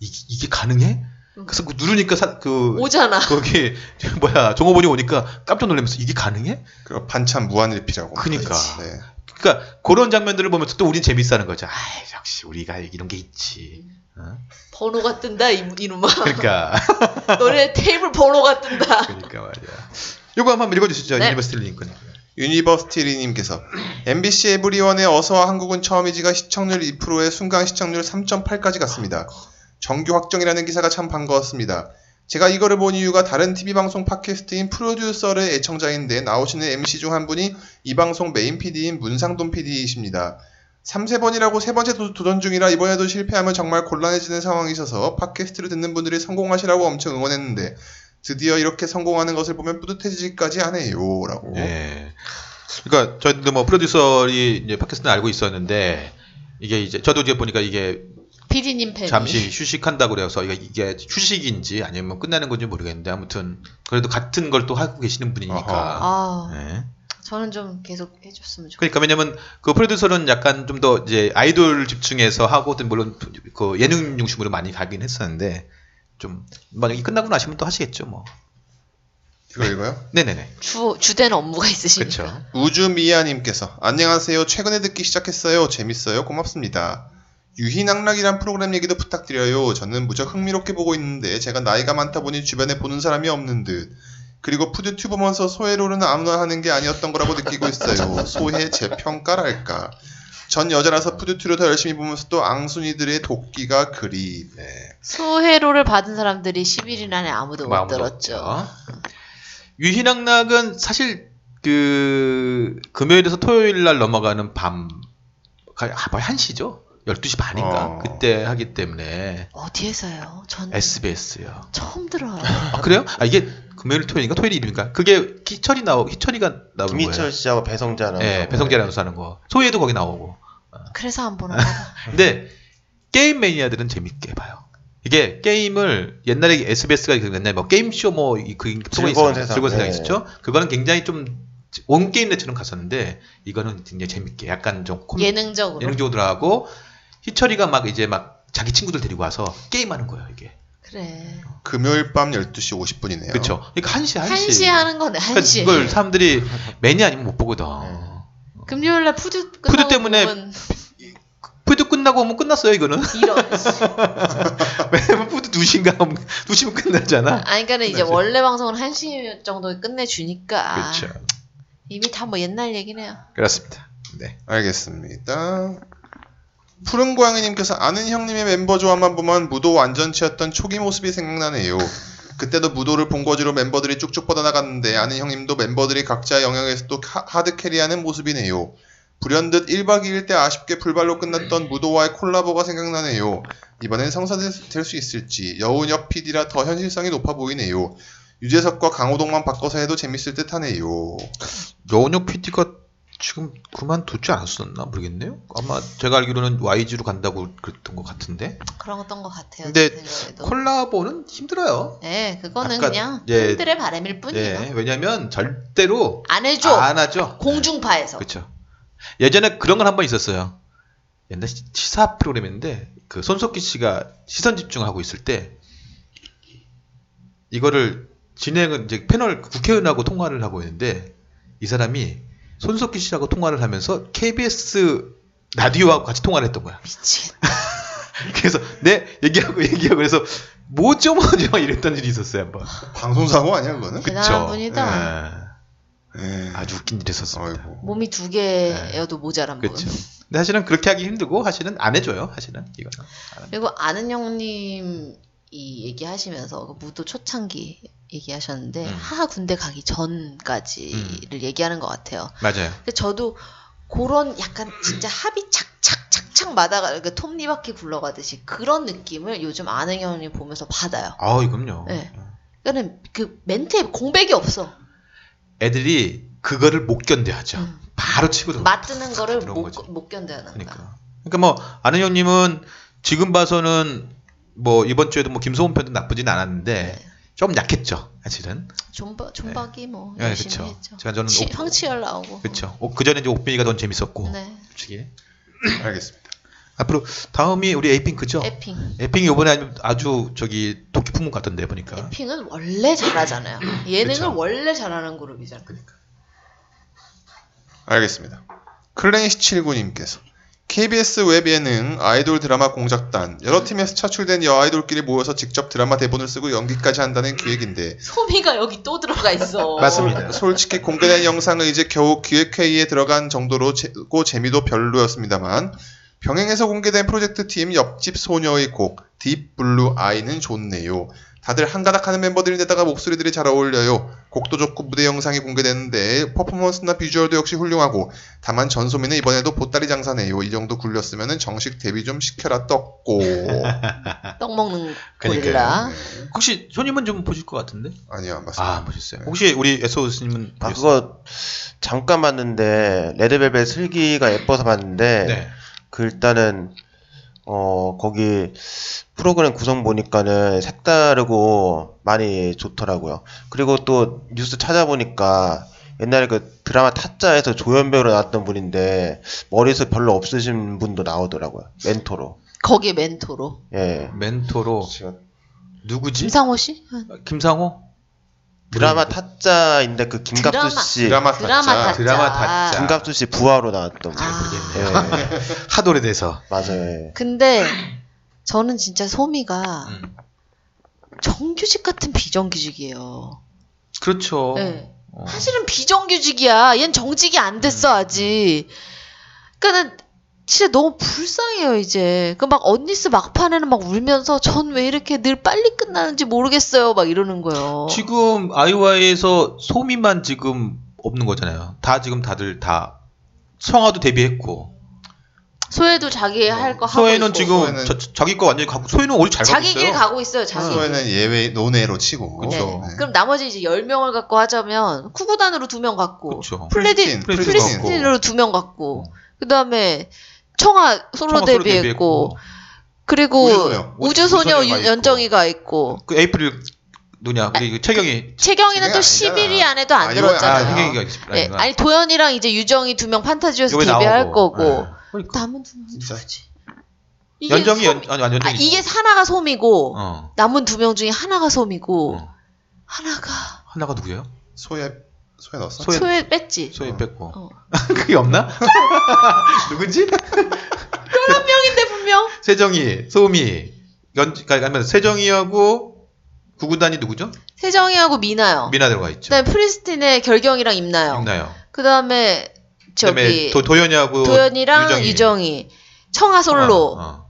E: 이게, 이게 가능해? 그래서 그 누르니까 사- 그
A: 오잖아.
E: 거기 뭐야 종업원이 오니까 깜짝 놀라면서 이게 가능해?
D: 그리고 반찬 무한리필이라고.
E: 그니까.
D: 네.
E: 그러니까 그런 장면들을 보면서 또 우린 재밌어하는 거죠. 아 역시 우리가 이런 게 있지. 어?
A: 번호가 뜬다 이, 이놈아
E: 그러니까
A: 노래 테이블 번호가 뜬다
E: 그러니까 말이야. 요거 한번 읽어주시죠.
A: 네.
E: 유니버스티 링크님.
D: 유니버스티리님께서 MBC 에브리원의 어서와 한국은 처음이지가 시청률 2%에 순간 시청률 3.8까지 갔습니다. 정규 확정이라는 기사가 참 반가웠습니다. 제가 이거를 본 이유가 다른 TV 방송 팟캐스트인 프로듀서의 애청자인데 나오시는 MC 중 한 분이 이 방송 메인 PD인 문상돈 PD이십니다. 3세 번이라고 세 번째 도- 도전 중이라 이번에도 실패하면 정말 곤란해지는 상황이 있어서 팟캐스트를 듣는 분들이 성공하시라고 엄청 응원했는데 드디어 이렇게 성공하는 것을 보면 뿌듯해지기까지 하네요라고.
E: 예. 그러니까 저희도 뭐 프로듀서이 이제 팟캐스트는 알고 있었는데 이게 이제 저도 이제 보니까 이게
A: 피디님 팬이
E: 잠시 휴식한다고 그래서 이게, 이게 휴식인지 아니면 끝나는 건지 모르겠는데 아무튼 그래도 같은 걸 또 하고 계시는 분이니까.
A: 아
E: 예.
A: 저는 좀 계속 해줬으면 좋겠어요
E: 그러니까 왜냐면 그 프로듀서는 약간 좀 더 이제 아이돌 집중해서 하고 또 물론 그 예능 중심으로 많이 가긴 했었는데 좀 만약에 끝나고 나시면 또 하시겠죠 뭐.
D: 이거 읽어요?
E: 네네네.
A: 주, 주된 업무가 있으시니까
E: 그 그렇죠.
D: 우주미야님께서 안녕하세요. 최근에 듣기 시작했어요. 재밌어요. 고맙습니다. 유희낙락이란 프로그램 얘기도 부탁드려요. 저는 무척 흥미롭게 보고 있는데 제가 나이가 많다 보니 주변에 보는 사람이 없는 듯. 그리고 푸드튜버면서 소해로는 아무나 하는 게 아니었던 거라고 느끼고 있어요. 소해 재평가랄까. 전 여자라서 푸드튜를 더 열심히 보면서 또 앙순이들의 도끼가 그리. 네.
A: 수혜로를 받은 사람들이 10일 안에 아무도 못
E: 마음도
A: 들었죠
E: 없죠. 유희낙낙은 사실 그 금요일에서 토요일 날 넘어가는 밤 거의 아, 거의 1시죠? 12시 반인가?
D: 어.
E: 그때 하기 때문에
A: 어디에서요? 전
E: SBS요.
A: 처음 들어요
E: 아, 그래요? 아, 이게 금요일 토요일인가? 토요일 이름인가? 그게 희철이 나오 희철이가 나오는
F: 김희철
E: 거예요.
F: 씨하고 배성재 아나운서.
E: 예, 배성재 아나운서 하는 거. 소희도 거기 나오고.
A: 그래서 안 보나 봐
E: 근데 게임 매니아들은 재밌게 봐요. 이게 게임을 옛날에 SBS가 옛날에 뭐 게임쇼 뭐그
F: 즐거운 세상.
E: 즐거운 세상
F: 네.
E: 있었죠. 그거는 굉장히 좀 온 게임 내처럼 갔었는데 이거는 굉장히 재밌게 약간 좀 코미-
A: 예능적으로
E: 예능적으로 하고 희철이가 막 이제 막 자기 친구들 데리고 와서 게임하는 거예요 이게.
A: 그래
D: 금요일 밤 12시
F: 어.
D: 50분이네요.
E: 그렇죠. 그러니까 한시 한시.
A: 한시 하는 거네
E: 그러니까
A: 한시
E: 이걸 사람들이 매니아 아니면 못 보거든.
F: 네.
A: 금요일날 푸드 끝나고
E: 푸드 때문에
A: 보면
E: 푸드 끝나고 오면 끝났어요 이거는.
A: 이런
E: 왜냐면 푸드 두 시인가 두 시면 끝나잖아.
A: 아니 그러니까 이제 원래 방송은 한시 정도 끝내 주니까
E: 그렇죠.
A: 이미 다 뭐 옛날 얘기네요.
E: 그렇습니다. 네.
D: 알겠습니다. 푸른 고양이님께서 아는 형님의 멤버 조합만 보면 무도 완전체였던 초기 모습이 생각나네요. 그때도 무도를 본거지로 멤버들이 쭉쭉 뻗어나갔는데 아는 형님도 멤버들이 각자 영역에서 또 하- 하드 캐리하는 모습이네요. 불현듯 1박 2일 때 아쉽게 불발로 끝났던 무도와의 콜라보가 생각나네요. 이번엔 성사될 수 있을지 여운혁 PD라 더 현실성이 높아 보이네요. 유재석과 강호동만 바꿔서 해도 재밌을 듯하네요.
E: 여운혁 PD가 지금 그만두지 않았었나 모르겠네요. 아마 제가 알기로는 YG로 간다고 그랬던 것 같은데.
A: 그런 어떤 것 같아요.
E: 근데
A: 제 생각에도.
E: 콜라보는 힘들어요.
A: 네, 그거는
E: 아까-
A: 그냥
E: 예.
A: 팬들의 바람일 뿐이에요.
E: 예, 왜냐면 절대로
A: 안 해줘.
E: 안 하죠.
A: 공중파에서.
E: 그렇죠. 예전에 그런 건 한 번 있었어요. 옛날 시- 시사 프로그램인데 그 손석희 씨가 시선 집중하고 있을 때 이거를 진행은 이제 패널 국회의원하고 통화를 하고 있는데 이 사람이 손석희 씨하고 통화를 하면서 KBS 라디오하고 같이 통화를 했던 거야.
A: 미치겠다.
E: 그래서 네 얘기하고 얘기하고 그래서 뭐죠 뭐죠 막 이랬던 일이 있었어요 한번.
D: 방송사고 아니야 그거는?
A: 그- 대단한
E: 그쵸?
A: 분이다.
D: 예.
E: 예, 아주 웃긴 일이 있었습니다.
D: 아이고.
A: 몸이 두 개여도 모자란 분.
E: 예. 그렇죠. 근데 사실은 그렇게 하기 힘들고 사실은 안 해줘요. 사실은 이거는.
A: 그리고 아는 형님이 얘기하시면서 그 무도 초창기 얘기하셨는데
E: 음.
A: 하하 군대 가기 전까지를 얘기하는 것 같아요.
E: 맞아요.
A: 근데 저도 그런 약간 진짜 합이 착착착착 마다가 이렇게 톱니바퀴 굴러가듯이 그런 느낌을 요즘 아는 형님 보면서 받아요.
E: 아, 이금요.
A: 네. 그러니까 그 멘트에 공백이 없어.
E: 애들이 그거를 못 견뎌하죠.
A: 음.
E: 바로 치고 들어.
A: 맞드는 거를
E: 그런
A: 못,
E: 거지.
A: 못 견뎌하는 거야.
E: 그러니까. 그러니까 뭐 아는 형님은 지금 봐서는 뭐 이번 주에도 뭐 김소은 편도 나쁘진 않았는데
A: 네.
E: 좀 약했죠. 사실은.
A: 존박, 존박이 뭐
E: 네,
A: 열심히
E: 그쵸.
A: 했죠.
E: 제가 저는
A: 치-
E: 옥-
A: 황치열 나오고.
E: 그렇죠. 그 전에 이제 옥빈이가 더 재밌었고.
A: 네.
E: 솔직히.
D: 알겠습니다.
E: 앞으로 다음이 우리 에이핑크죠.
A: 에핑.
E: 에핑이 이번에 아주 저기 도끼 품은 것 같던데 보니까.
A: 에핑은 원래 잘하잖아요. 예능을
E: 그쵸.
A: 원래 잘하는 그룹이잖아요.
D: 알겠습니다. 클래시 79님께서 KBS 웹에는 아이돌 드라마 공작단, 여러 팀에서 차출된 여아이돌끼리 모여서 직접 드라마 대본을 쓰고 연기까지 한다는 기획인데
A: 소미가 여기 또 들어가 있어.
E: 맞습니다.
D: 솔직히 공개된 영상은 이제 겨우 기획회의에 들어간 정도로 재고 재미도 별로였습니다만 병행해서 공개된 프로젝트 팀 옆집 소녀의 곡 딥블루 아이는 좋네요. 다들 한가닥 하는 멤버들인데다가 목소리들이 잘 어울려요. 곡도 좋고 무대 영상이 공개되는데 퍼포먼스나 비주얼도 역시 훌륭하고 다만 전소민은 이번에도 보따리 장사네요. 이 정도 굴렸으면 정식 데뷔 좀 시켜라 떴고
A: 떡 먹는
E: 그러니까요. 네.
A: 고릴라.
E: 혹시 손님은 좀 보실 것 같은데?
D: 아니야 맞습니다.
E: 아, 보셨어요.
D: 네.
E: 혹시 우리 SOS님은
F: 아 그거 잠깐 봤는데 레드벨벳 슬기가 예뻐서 봤는데
E: 네.
F: 그 일단은 어 거기 프로그램 구성 보니까는 색다르고 많이 좋더라고요. 그리고 또 뉴스 찾아보니까 옛날에 그 드라마 타짜에서 조연배우로 나왔던 분인데 머리숱 별로 없으신 분도 나오더라고요. 멘토로.
A: 거기에 멘토로.
F: 예.
E: 멘토로
F: 제가
E: 누구지? 아,
A: 김상호 씨?
E: 김상호? 네.
F: 드라마 타짜인데 그 김갑수
A: 드라마.
F: 씨
D: 네. 드라마
A: 드라마
D: 타짜.
A: 타짜.
E: 드라마 타짜.
F: 김갑수 씨 부하로 나왔던 분.
A: 아,
F: 예.
E: 하도 오래돼서.
F: 맞아요. 예.
A: 근데 저는 진짜 소미가
E: 음.
A: 정규직 같은 비정규직이에요.
E: 그렇죠.
A: 네.
E: 어.
A: 사실은 비정규직이야. 얜 정직이 안 됐어
E: 음.
A: 아직. 그러니까는 진짜 너무 불쌍해요 이제. 그 막 언니스 막판에는 막 울면서 전 왜 이렇게 늘 빨리 끝나는지 모르겠어요 막 이러는 거예요.
E: 지금 아이와이에서 소미만 지금 없는 거잖아요. 다 지금 다들 다 성화도 데뷔했고
A: 소혜도 자기 할 거뭐 하고
E: 네. 소혜는
A: 있고.
E: 지금
D: 소혜는-
E: 자, 자기 거 완전히 가고 소혜는 오히려 잘 가고
A: 자기
E: 있어요. 네.
A: 길 가고 있어요 자기. 길.
D: 소에는 그 예외 논외로 치고
E: 그쵸.
D: 네.
A: 그럼 나머지 이제 10명을 갖고 하자면 쿠구단으로 두 명 갖고
E: 그렇죠.
A: 플레딘
D: 플레딘,
E: 플레딘
D: 플레딘.
E: 갖고.
A: 플레스틴으로 두 명 갖고 그다음에 청아
E: 성화
A: 솔로 데뷔했고 그리고
D: 우주소녀.
A: 우주소녀
D: 우주소녀가
A: 유-
D: 있고.
A: 연정이가 있고
E: 그 에이프릴 누냐 우리 그 최경이
A: 채경이는 또
D: 채경이 아니잖아.
A: 10일이 안에도 안
D: 아, 이거야.
E: 아
A: 들었잖아요.
E: 혜경이가
A: 예,
E: 아니구나.
A: 아니 도현이랑 이제 유정이 두 명 판타지에서
E: 요번에
A: 데뷔할
E: 나오고.
A: 거고
E: 예.
A: 남은 두 명은
D: 진짜.
A: 누구지? 이게
E: 연정이
A: 섬-
E: 연 아니 아니 연정이
A: 아, 이게 하나가 솜이고
E: 어.
A: 남은 두 명 중에 하나가 솜이고
E: 어.
A: 하나가
E: 하나가 누구예요?
D: 소에 소에 넣었어?
E: 소에-
A: 소에 뺐지.
E: 소희
D: 어.
E: 뺐고
A: 어.
E: 그게 없나? 누구지?
A: 열한 명인데 분명.
E: 세정이, 소미, 연 그러니까 아니면 세정이하고 구구단이 누구죠?
A: 세정이하고 미나요.
E: 미나 들어가 있죠.
A: 그다음에 프리스틴의 결경이랑 임나요.
E: 있나요?
A: 그다음에
E: 그다음에
A: 저기
E: 도, 도연이하고
A: 도현이랑
E: 유정이.
A: 유정이, 청아 솔로.
E: 하나, 어.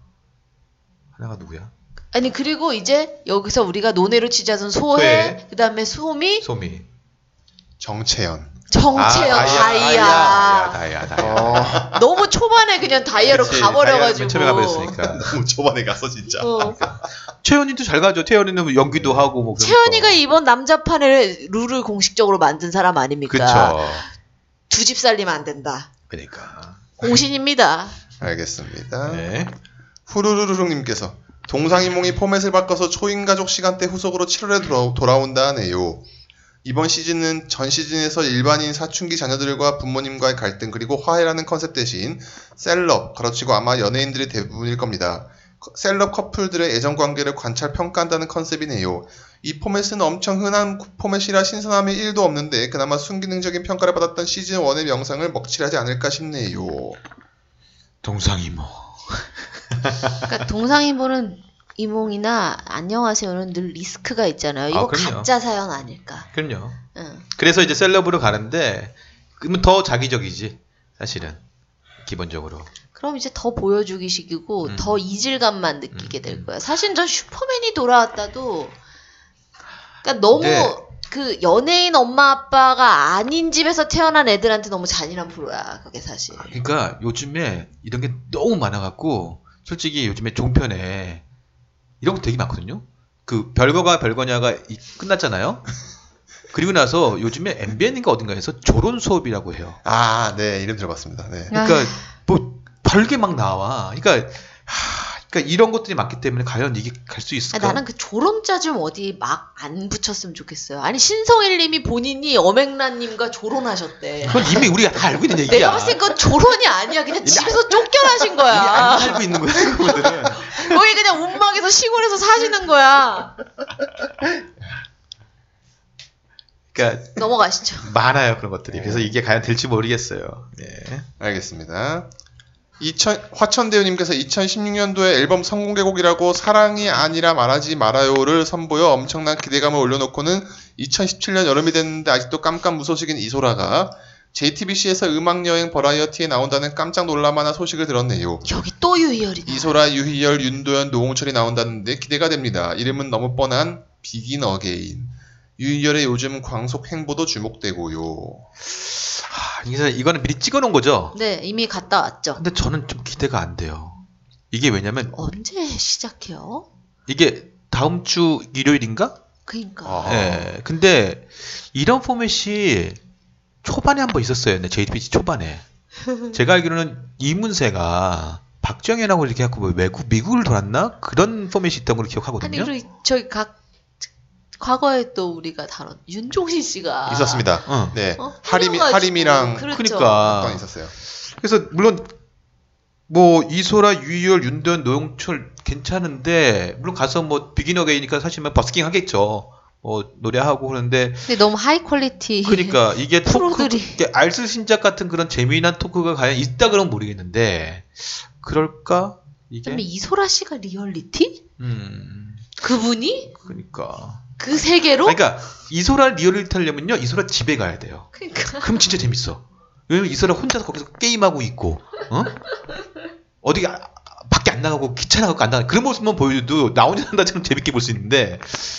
E: 하나가 누구야?
A: 아니 그리고 이제 여기서 우리가 논외로 치자선 소혜,
E: 소혜.
A: 그다음에 소미,
E: 소미. 아,
D: 정채연.
A: 어, 정채영, 다이아.
E: 다이아, 다이아, 다이아.
F: 어,
A: 너무 초반에 그냥 다이아로
E: 그치, 다이아는
A: 가버려가지고.
E: 맨 처음에 가버렸으니까. 아,
D: 너무 초반에 가서 진짜.
A: 어.
E: 채연이도 잘 가죠. 채연이는 연기도 하고 뭐. 그러니까.
A: 채연이가 이번 남자판을 룰을 공식적으로 만든 사람
E: 그쵸.
A: 아닙니까? 두 집 살리면 안 된다.
E: 그러니까.
A: 공신입니다.
D: 알겠습니다.
E: 네.
D: 후루루루룩님께서 동상이몽이 포맷을 바꿔서 초인 가족 시간대 후속으로 7월에 돌아, 돌아온다 하네요. 이번 시즌은 전 시즌에서 일반인 사춘기 자녀들과 부모님과의 갈등 그리고 화해라는 컨셉 대신 셀럽, 가로치고 아마 연예인들이 대부분일 겁니다. 커- 셀럽 커플들의 애정 관계를 관찰 평가한다는 컨셉이네요. 이 포맷은 엄청 흔한 포맷이라 신선함이 1도 없는데 그나마 순기능적인 평가를 받았던 시즌 1의 명상을 먹칠하지 않을까 싶네요.
E: 동상이모.
A: 그러니까 동상이모는 이몽이나 안녕하세요는 늘 리스크가 있잖아요. 이거
E: 아, 그럼요.
A: 가짜 사연 아닐까.
E: 그럼요.
A: 응.
E: 그래서 이제 셀럽으로 가는데 그러면 더 자기적이지 사실은 기본적으로.
A: 그럼 이제 더 보여주기식이고
E: 음.
A: 더 이질감만 느끼게
E: 음,
A: 될
E: 음.
A: 거야. 사실 전 슈퍼맨이 돌아왔다도 그러니까 너무
E: 네.
A: 그 연예인 엄마 아빠가 아닌 집에서 태어난 애들한테 너무 잔인한 프로야. 그게 사실. 아,
E: 그러니까 요즘에 이런 게 너무 많아갖고 솔직히 요즘에 종편에 이런 거 되게 많거든요. 그 별거가 별거냐가 이- 끝났잖아요. 그리고 나서 요즘에 MBN인가 어딘가에서 조론 수업이라고 해요.
D: 아, 네, 이름 들어봤습니다. 네.
A: 아.
E: 그러니까 뭐 별게 막 나와. 그러니까 하, 그러니까 이런 것들이 많기 때문에 과연 이게 갈 수
A: 아,
E: 있을까?
A: 나는 그 조론자 좀 어디 막 안 붙였으면 좋겠어요. 아니 신성일님이 본인이 어맹란님과 조론하셨대.
E: 그건 이미 우리가 다 알고 있는 얘기야.
A: 내가 봤을 땐 그건 조론이 아니야. 그냥 집에서 쫓겨나신
E: 이미 안
A: 거야.
E: 살고 있는 거야. 그분들은.
A: 거기 그냥 움막에서 시골에서 사시는 거야.
E: 그러니까
A: 넘어가시죠.
E: 많아요 그런 것들이.
D: 네.
E: 그래서 이게 과연 될지 모르겠어요. 예.
D: 알겠습니다. 2000 화천대유님께서 2016년도에 앨범 선공개곡이라고 사랑이 아니라 말하지 말아요를 선보여 엄청난 기대감을 올려놓고는 2017년 여름이 됐는데 아직도 깜깜무소식인 이소라가 JTBC에서 음악여행 버라이어티에 나온다는 깜짝 놀랄만한 소식을 들었네요.
A: 여기 또 유희열이다.
D: 이소라, 유희열, 윤도현, 노홍철이 나온다는데 기대가 됩니다. 이름은 너무 뻔한 비긴 어게인. 유희열의 요즘 광속 행보도 주목되고요.
E: 아, 그래서 이거는 미리 찍어놓은 거죠.
A: 네, 이미 갔다 왔죠.
E: 근데 저는 좀 기대가 안 돼요. 이게 왜냐면
A: 언제 시작해요?
E: 이게 다음 주 일요일인가?
A: 그러니까
D: 아.
E: 예. 근데 이런 포맷이 초반에 한 번 있었어요. 네, JTBC 초반에. 제가 알기로는 이문세가 박정현하고 이렇게 하고 뭐 외국 미국을 돌았나 그런 포맷이 있던 걸
A: 아니
E: 기억하거든요.
A: 그리고 저희 각 과거에 또 우리가 다룬 윤종신 씨가
D: 있었습니다.
E: 어.
D: 네.
A: 아. 어?
D: 하림이,
A: 끊어가지고.
D: 하림이랑
A: 그렇죠.
E: 그러니까
D: 어떤 있었어요.
E: 그래서 물론 뭐 이소라, 유희열, 윤도현, 노영철 괜찮은데 물론 가서 뭐 비기너게이니까 사실 뭐 버스킹 하겠죠. 뭐 노래하고 그러는데
A: 근데 너무 하이 퀄리티.
E: 그러니까 이게 토크
A: 예. 프로들이.
E: 이게 알쓸신작 같은 그런 재미난 토크가 과연 있다 그러면 모르겠는데 그럴까
A: 그다음에
E: 이게
A: 이소라 씨가 리얼리티?
E: 음
A: 그분이
E: 그러니까
A: 그 세계로?
E: 아니, 그러니까 이소라 리얼리티 하려면요 이소라 집에 가야 돼요
A: 그러니까
E: 그럼 진짜 재밌어 왜냐면 이소라 혼자서 거기서 게임하고 있고 어? 어디 아- 밖에 안 나가고 귀찮아 갖고 안 나가 그런 모습만 보여줘도 나 혼자 산다처럼 재밌게 볼 수 있는데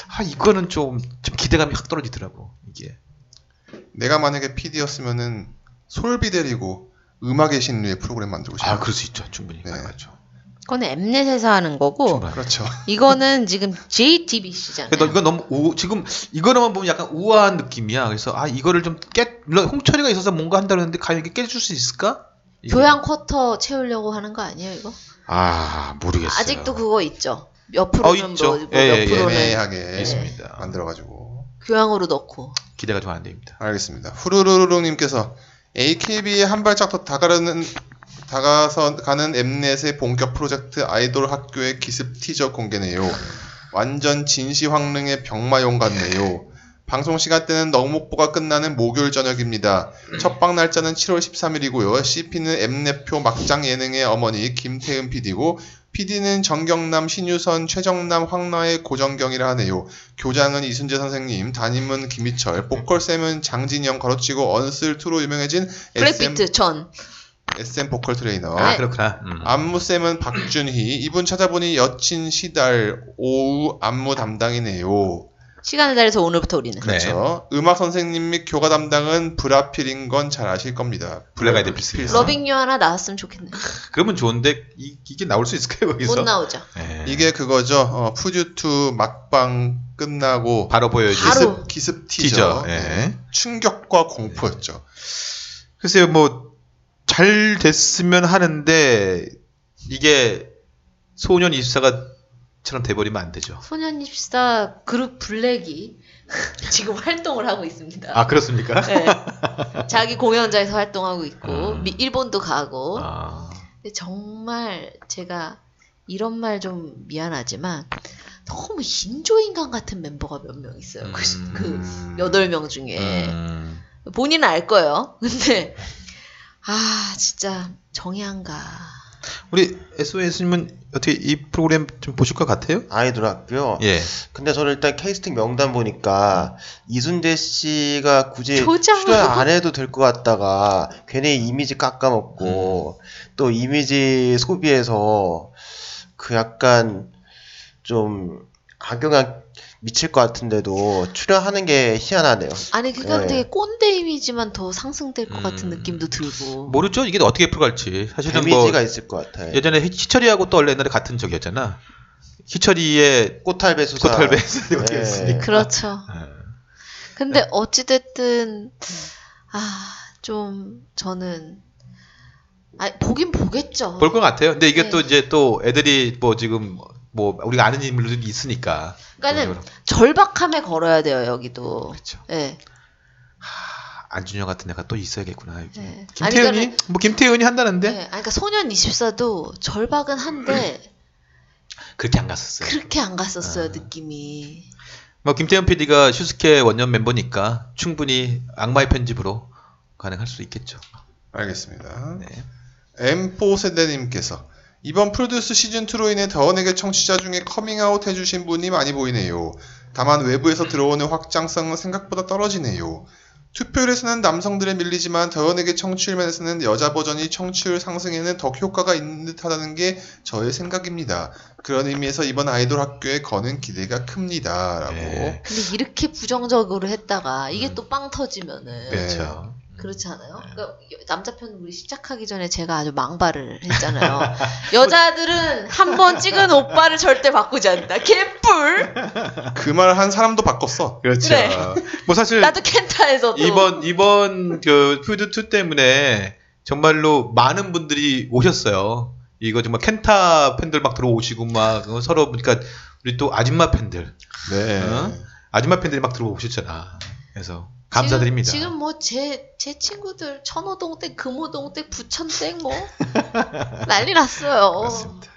E: 아 이거는 좀, 좀 기대감이 확 떨어지더라고 이게
D: 내가 만약에 PD였으면은 솔비 데리고 음악의 신뢰 프로그램 만들고 싶어요.
E: 아 그럴 수 있죠 충분히
D: 네.
E: 맞죠
A: 그건 엠넷에서 하는 거고
E: 충분히.
D: 그렇죠.
A: 이거는 지금 JTBC잖아요.
E: 어, 그러니까 너 이거 너무 우, 지금 이거로만 보면 약간 우아한 느낌이야. 그래서 아 이거를 좀 깨. 물론 홍철이가 있어서 뭔가 한다는데 과연 이게 깨줄 수 있을까? 이게-
A: 교양 쿼터 채우려고 하는 거 아니에요 이거?
E: 아 모르겠어요.
A: 아직도 그거 있죠. 옆으로는
E: 어,
A: 뭐,
E: 있죠.
A: 뭐
E: 예, 예,
A: 옆으로는
D: 애매하게
E: 있습니다.
D: 만들어가지고
A: 교양으로 넣고
E: 기대가 좀 안 됩니다.
D: 알겠습니다. 후루루루루님께서 AKB에 한 발짝 더 다가가는 다가서 가는 엠넷의 본격 프로젝트 아이돌 학교의 기습 티저 공개네요. 완전 진시황릉의 병마용 같네요. 방송 시간대는 넉목보가 끝나는 목요일 저녁입니다. 첫방 날짜는 7월 13일이고요. CP는 엠넷표 막장 예능의 어머니 김태은 PD고 PD는 정경남, 신유선, 최정남, 황라의 고정경이라 하네요. 교장은 이순재 선생님, 담임은 김희철, 보컬쌤은 장진영 걸어치고 언슬 투로 유명해진 SM,
A: 블랙비트 전
D: SM 보컬
A: 네.
D: 트레이너.
E: 아 그렇구나. 음.
D: 안무쌤은 박준희. 이분 찾아보니 여친 시달 오후 안무 담당이네요.
A: 시간을 달해서 오늘부터 우리는
E: 네.
D: 그렇죠. 음악 선생님 및 교과 담당은 브라필인 건 잘 아실 겁니다.
E: 블랙 아이드 필스.
D: 필스.
A: 러빙 유 하나 나왔으면 좋겠네.
E: 그러면 좋은데 이, 이게 나올 수 아, 있을까요 거기서?
A: 못 나오죠.
E: 예.
D: 이게 그거죠. 어, 푸듀투 막방 끝나고
E: 바로 보여야지.
A: 바로.
D: 기습, 기습 티저.
E: 티저, 예.
D: 네. 충격과 공포였죠.
E: 글쎄요 뭐 잘 됐으면 하는데 이게 소년 24가처럼 돼버리면 안 되죠.
A: 소년 입사 그룹 블랙이 지금 활동을 하고 있습니다.
E: 아 그렇습니까?
A: 네. 자기 공연장에서 활동하고 있고
E: 음.
A: 미- 일본도 가고
E: 아.
A: 근데 정말 제가 이런 말 좀 미안하지만 너무 인조인간 같은 멤버가 몇 명 있어요. 그,
E: 음.
A: 그 여덟 명 중에
E: 음.
A: 본인은 알 거예요.
E: 네.
A: 근데 아 진짜 정의한가.
E: 우리 SOS님은 어떻게 이 프로그램 좀 보실 것 같아요?
F: 아이돌 학교.
E: 예.
F: 근데 저는 일단 캐스팅 명단 보니까 이순재 씨가 굳이
A: 조장.
F: 출연 안 해도 될 것 같다가 괜히 이미지 깎아먹고 또 이미지 소비해서 그 약간 좀 악영향 미칠 것 같은데도 출연하는 게 희한하네요.
A: 아니 그러니까
F: 네.
A: 되게 꼰대 이미지만 더 상승될 것 같은
E: 음.
A: 느낌도 들고.
E: 모르죠. 이게 어떻게 풀갈지. 사실은 뭐
F: 데미지가 있을 것 같아요.
E: 예전에 희- 희철이하고 또 원래 옛날에 같은 적이었잖아. 희철이의
F: 꽃탈배 수사.
E: 코탈베스 어떻게
F: 네.
E: 했으니까.
A: 그렇죠.
E: 예.
A: 근데 어찌됐든 아 좀 저는 아 보긴 보겠죠.
E: 볼것 같아요. 근데 이게
A: 네.
E: 또 이제 또 애들이 뭐 지금 뭐 우리가 아는 인물들이 있으니까.
A: 그러니까는 절박함에 걸어야 돼요 여기도.
E: 그렇죠.
A: 예.
E: 안준영 같은 애가 또 있어야겠구나. 여기.
A: 네.
E: 김태은이
A: 아니,
E: 뭐 김태은이
A: 네.
E: 한다는데
A: 아니, 그러니까 소년 24도 절박은 한데
E: 그렇게 안 갔었어요.
A: 그렇게 안 갔었어요
E: 음. 아.
A: 느낌이.
E: 뭐 김태현 PD가 슈스케 원년 멤버니까 충분히 악마의 편집으로 가능할 수 있겠죠.
D: 알겠습니다.
E: 네.
D: M4 세대님께서 이번 프로듀스 시즌2로 인해 더원에게 청취자 중에 커밍아웃 해주신 분이 많이 보이네요. 다만 외부에서 들어오는 확장성은 생각보다 떨어지네요. 투표율에서는 남성들에 밀리지만 더원에게 청취율 면에서는 여자 버전이 청취율 상승에는 더 효과가 있는 듯하다는 게 저의 생각입니다. 그런 의미에서 이번 아이돌 학교에 거는 기대가 큽니다. 라고
E: 네.
A: 근데 이렇게 부정적으로 했다가 이게
E: 음.
A: 또 빵 터지면은
D: 네.
E: 그렇죠.
A: 그렇지 않아요? 그러니까 여- 남자 편 우리 시작하기 전에 제가 아주 망발을 했잖아요. 여자들은 한 번 찍은 오빠를 절대 바꾸지 않는다. 개뿔.
D: 그 말 한 사람도 바꿨어.
E: 그렇죠.
A: 그래.
E: 뭐 사실
A: 나도 켄타에서도
E: 이번 이번 그 퓨드 2 때문에 정말로 많은 분들이 오셨어요. 이거 정말 켄타 팬들 막 들어오시고 막 어, 서로 그러니까 우리 또 아줌마 팬들
D: 네.
E: 어? 아줌마 팬들이 막 들어오셨잖아. 그래서 감사드립니다.
A: 지금, 지금 뭐 제 제 친구들 천호동 댁, 금호동 댁, 부천 댁뭐 난리 났어요.
E: 그렇습니다.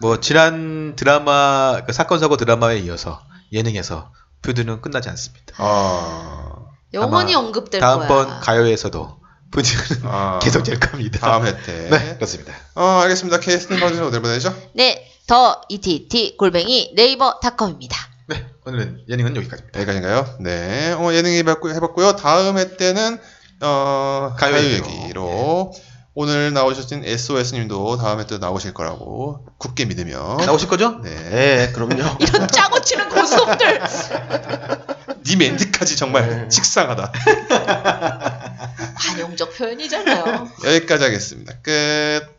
E: 뭐 지난 드라마 그러니까 사건 사고 드라마에 이어서 예능에서 퓨드는 끝나지 않습니다.
D: 아,
A: 영원히
E: 아마
A: 언급될
E: 다음번
A: 거야.
E: 가요에서도 퓨드는
D: 아,
E: 계속될 겁니다.
D: 다음 회 때.
E: 네 그렇습니다.
D: 어, 알겠습니다. KS는 방송에서 어디 보내죠?
A: 네, 더 ETT 골뱅이 네이버닷컴입니다.
E: 네 오늘은 예능은 여기까지입니다.
D: 여기까지인가요? 네. 어, 예능 해봤고, 해봤고요. 다음 회 때는, 어,
E: 가요
D: 가요
E: 얘기로.
D: 얘기로. 오늘 나오셨던 SOS님도 다음 회 때 나오실 거라고 굳게 믿으며.
E: 나오실 거죠?
D: 네.
F: 네, 그럼요.
A: 이런 짜고 치는 고수들.
D: 님 엔딩까지
E: 네.
D: 정말 식상하다.
A: 관용적 표현이잖아요.
D: 여기까지 하겠습니다. 끝.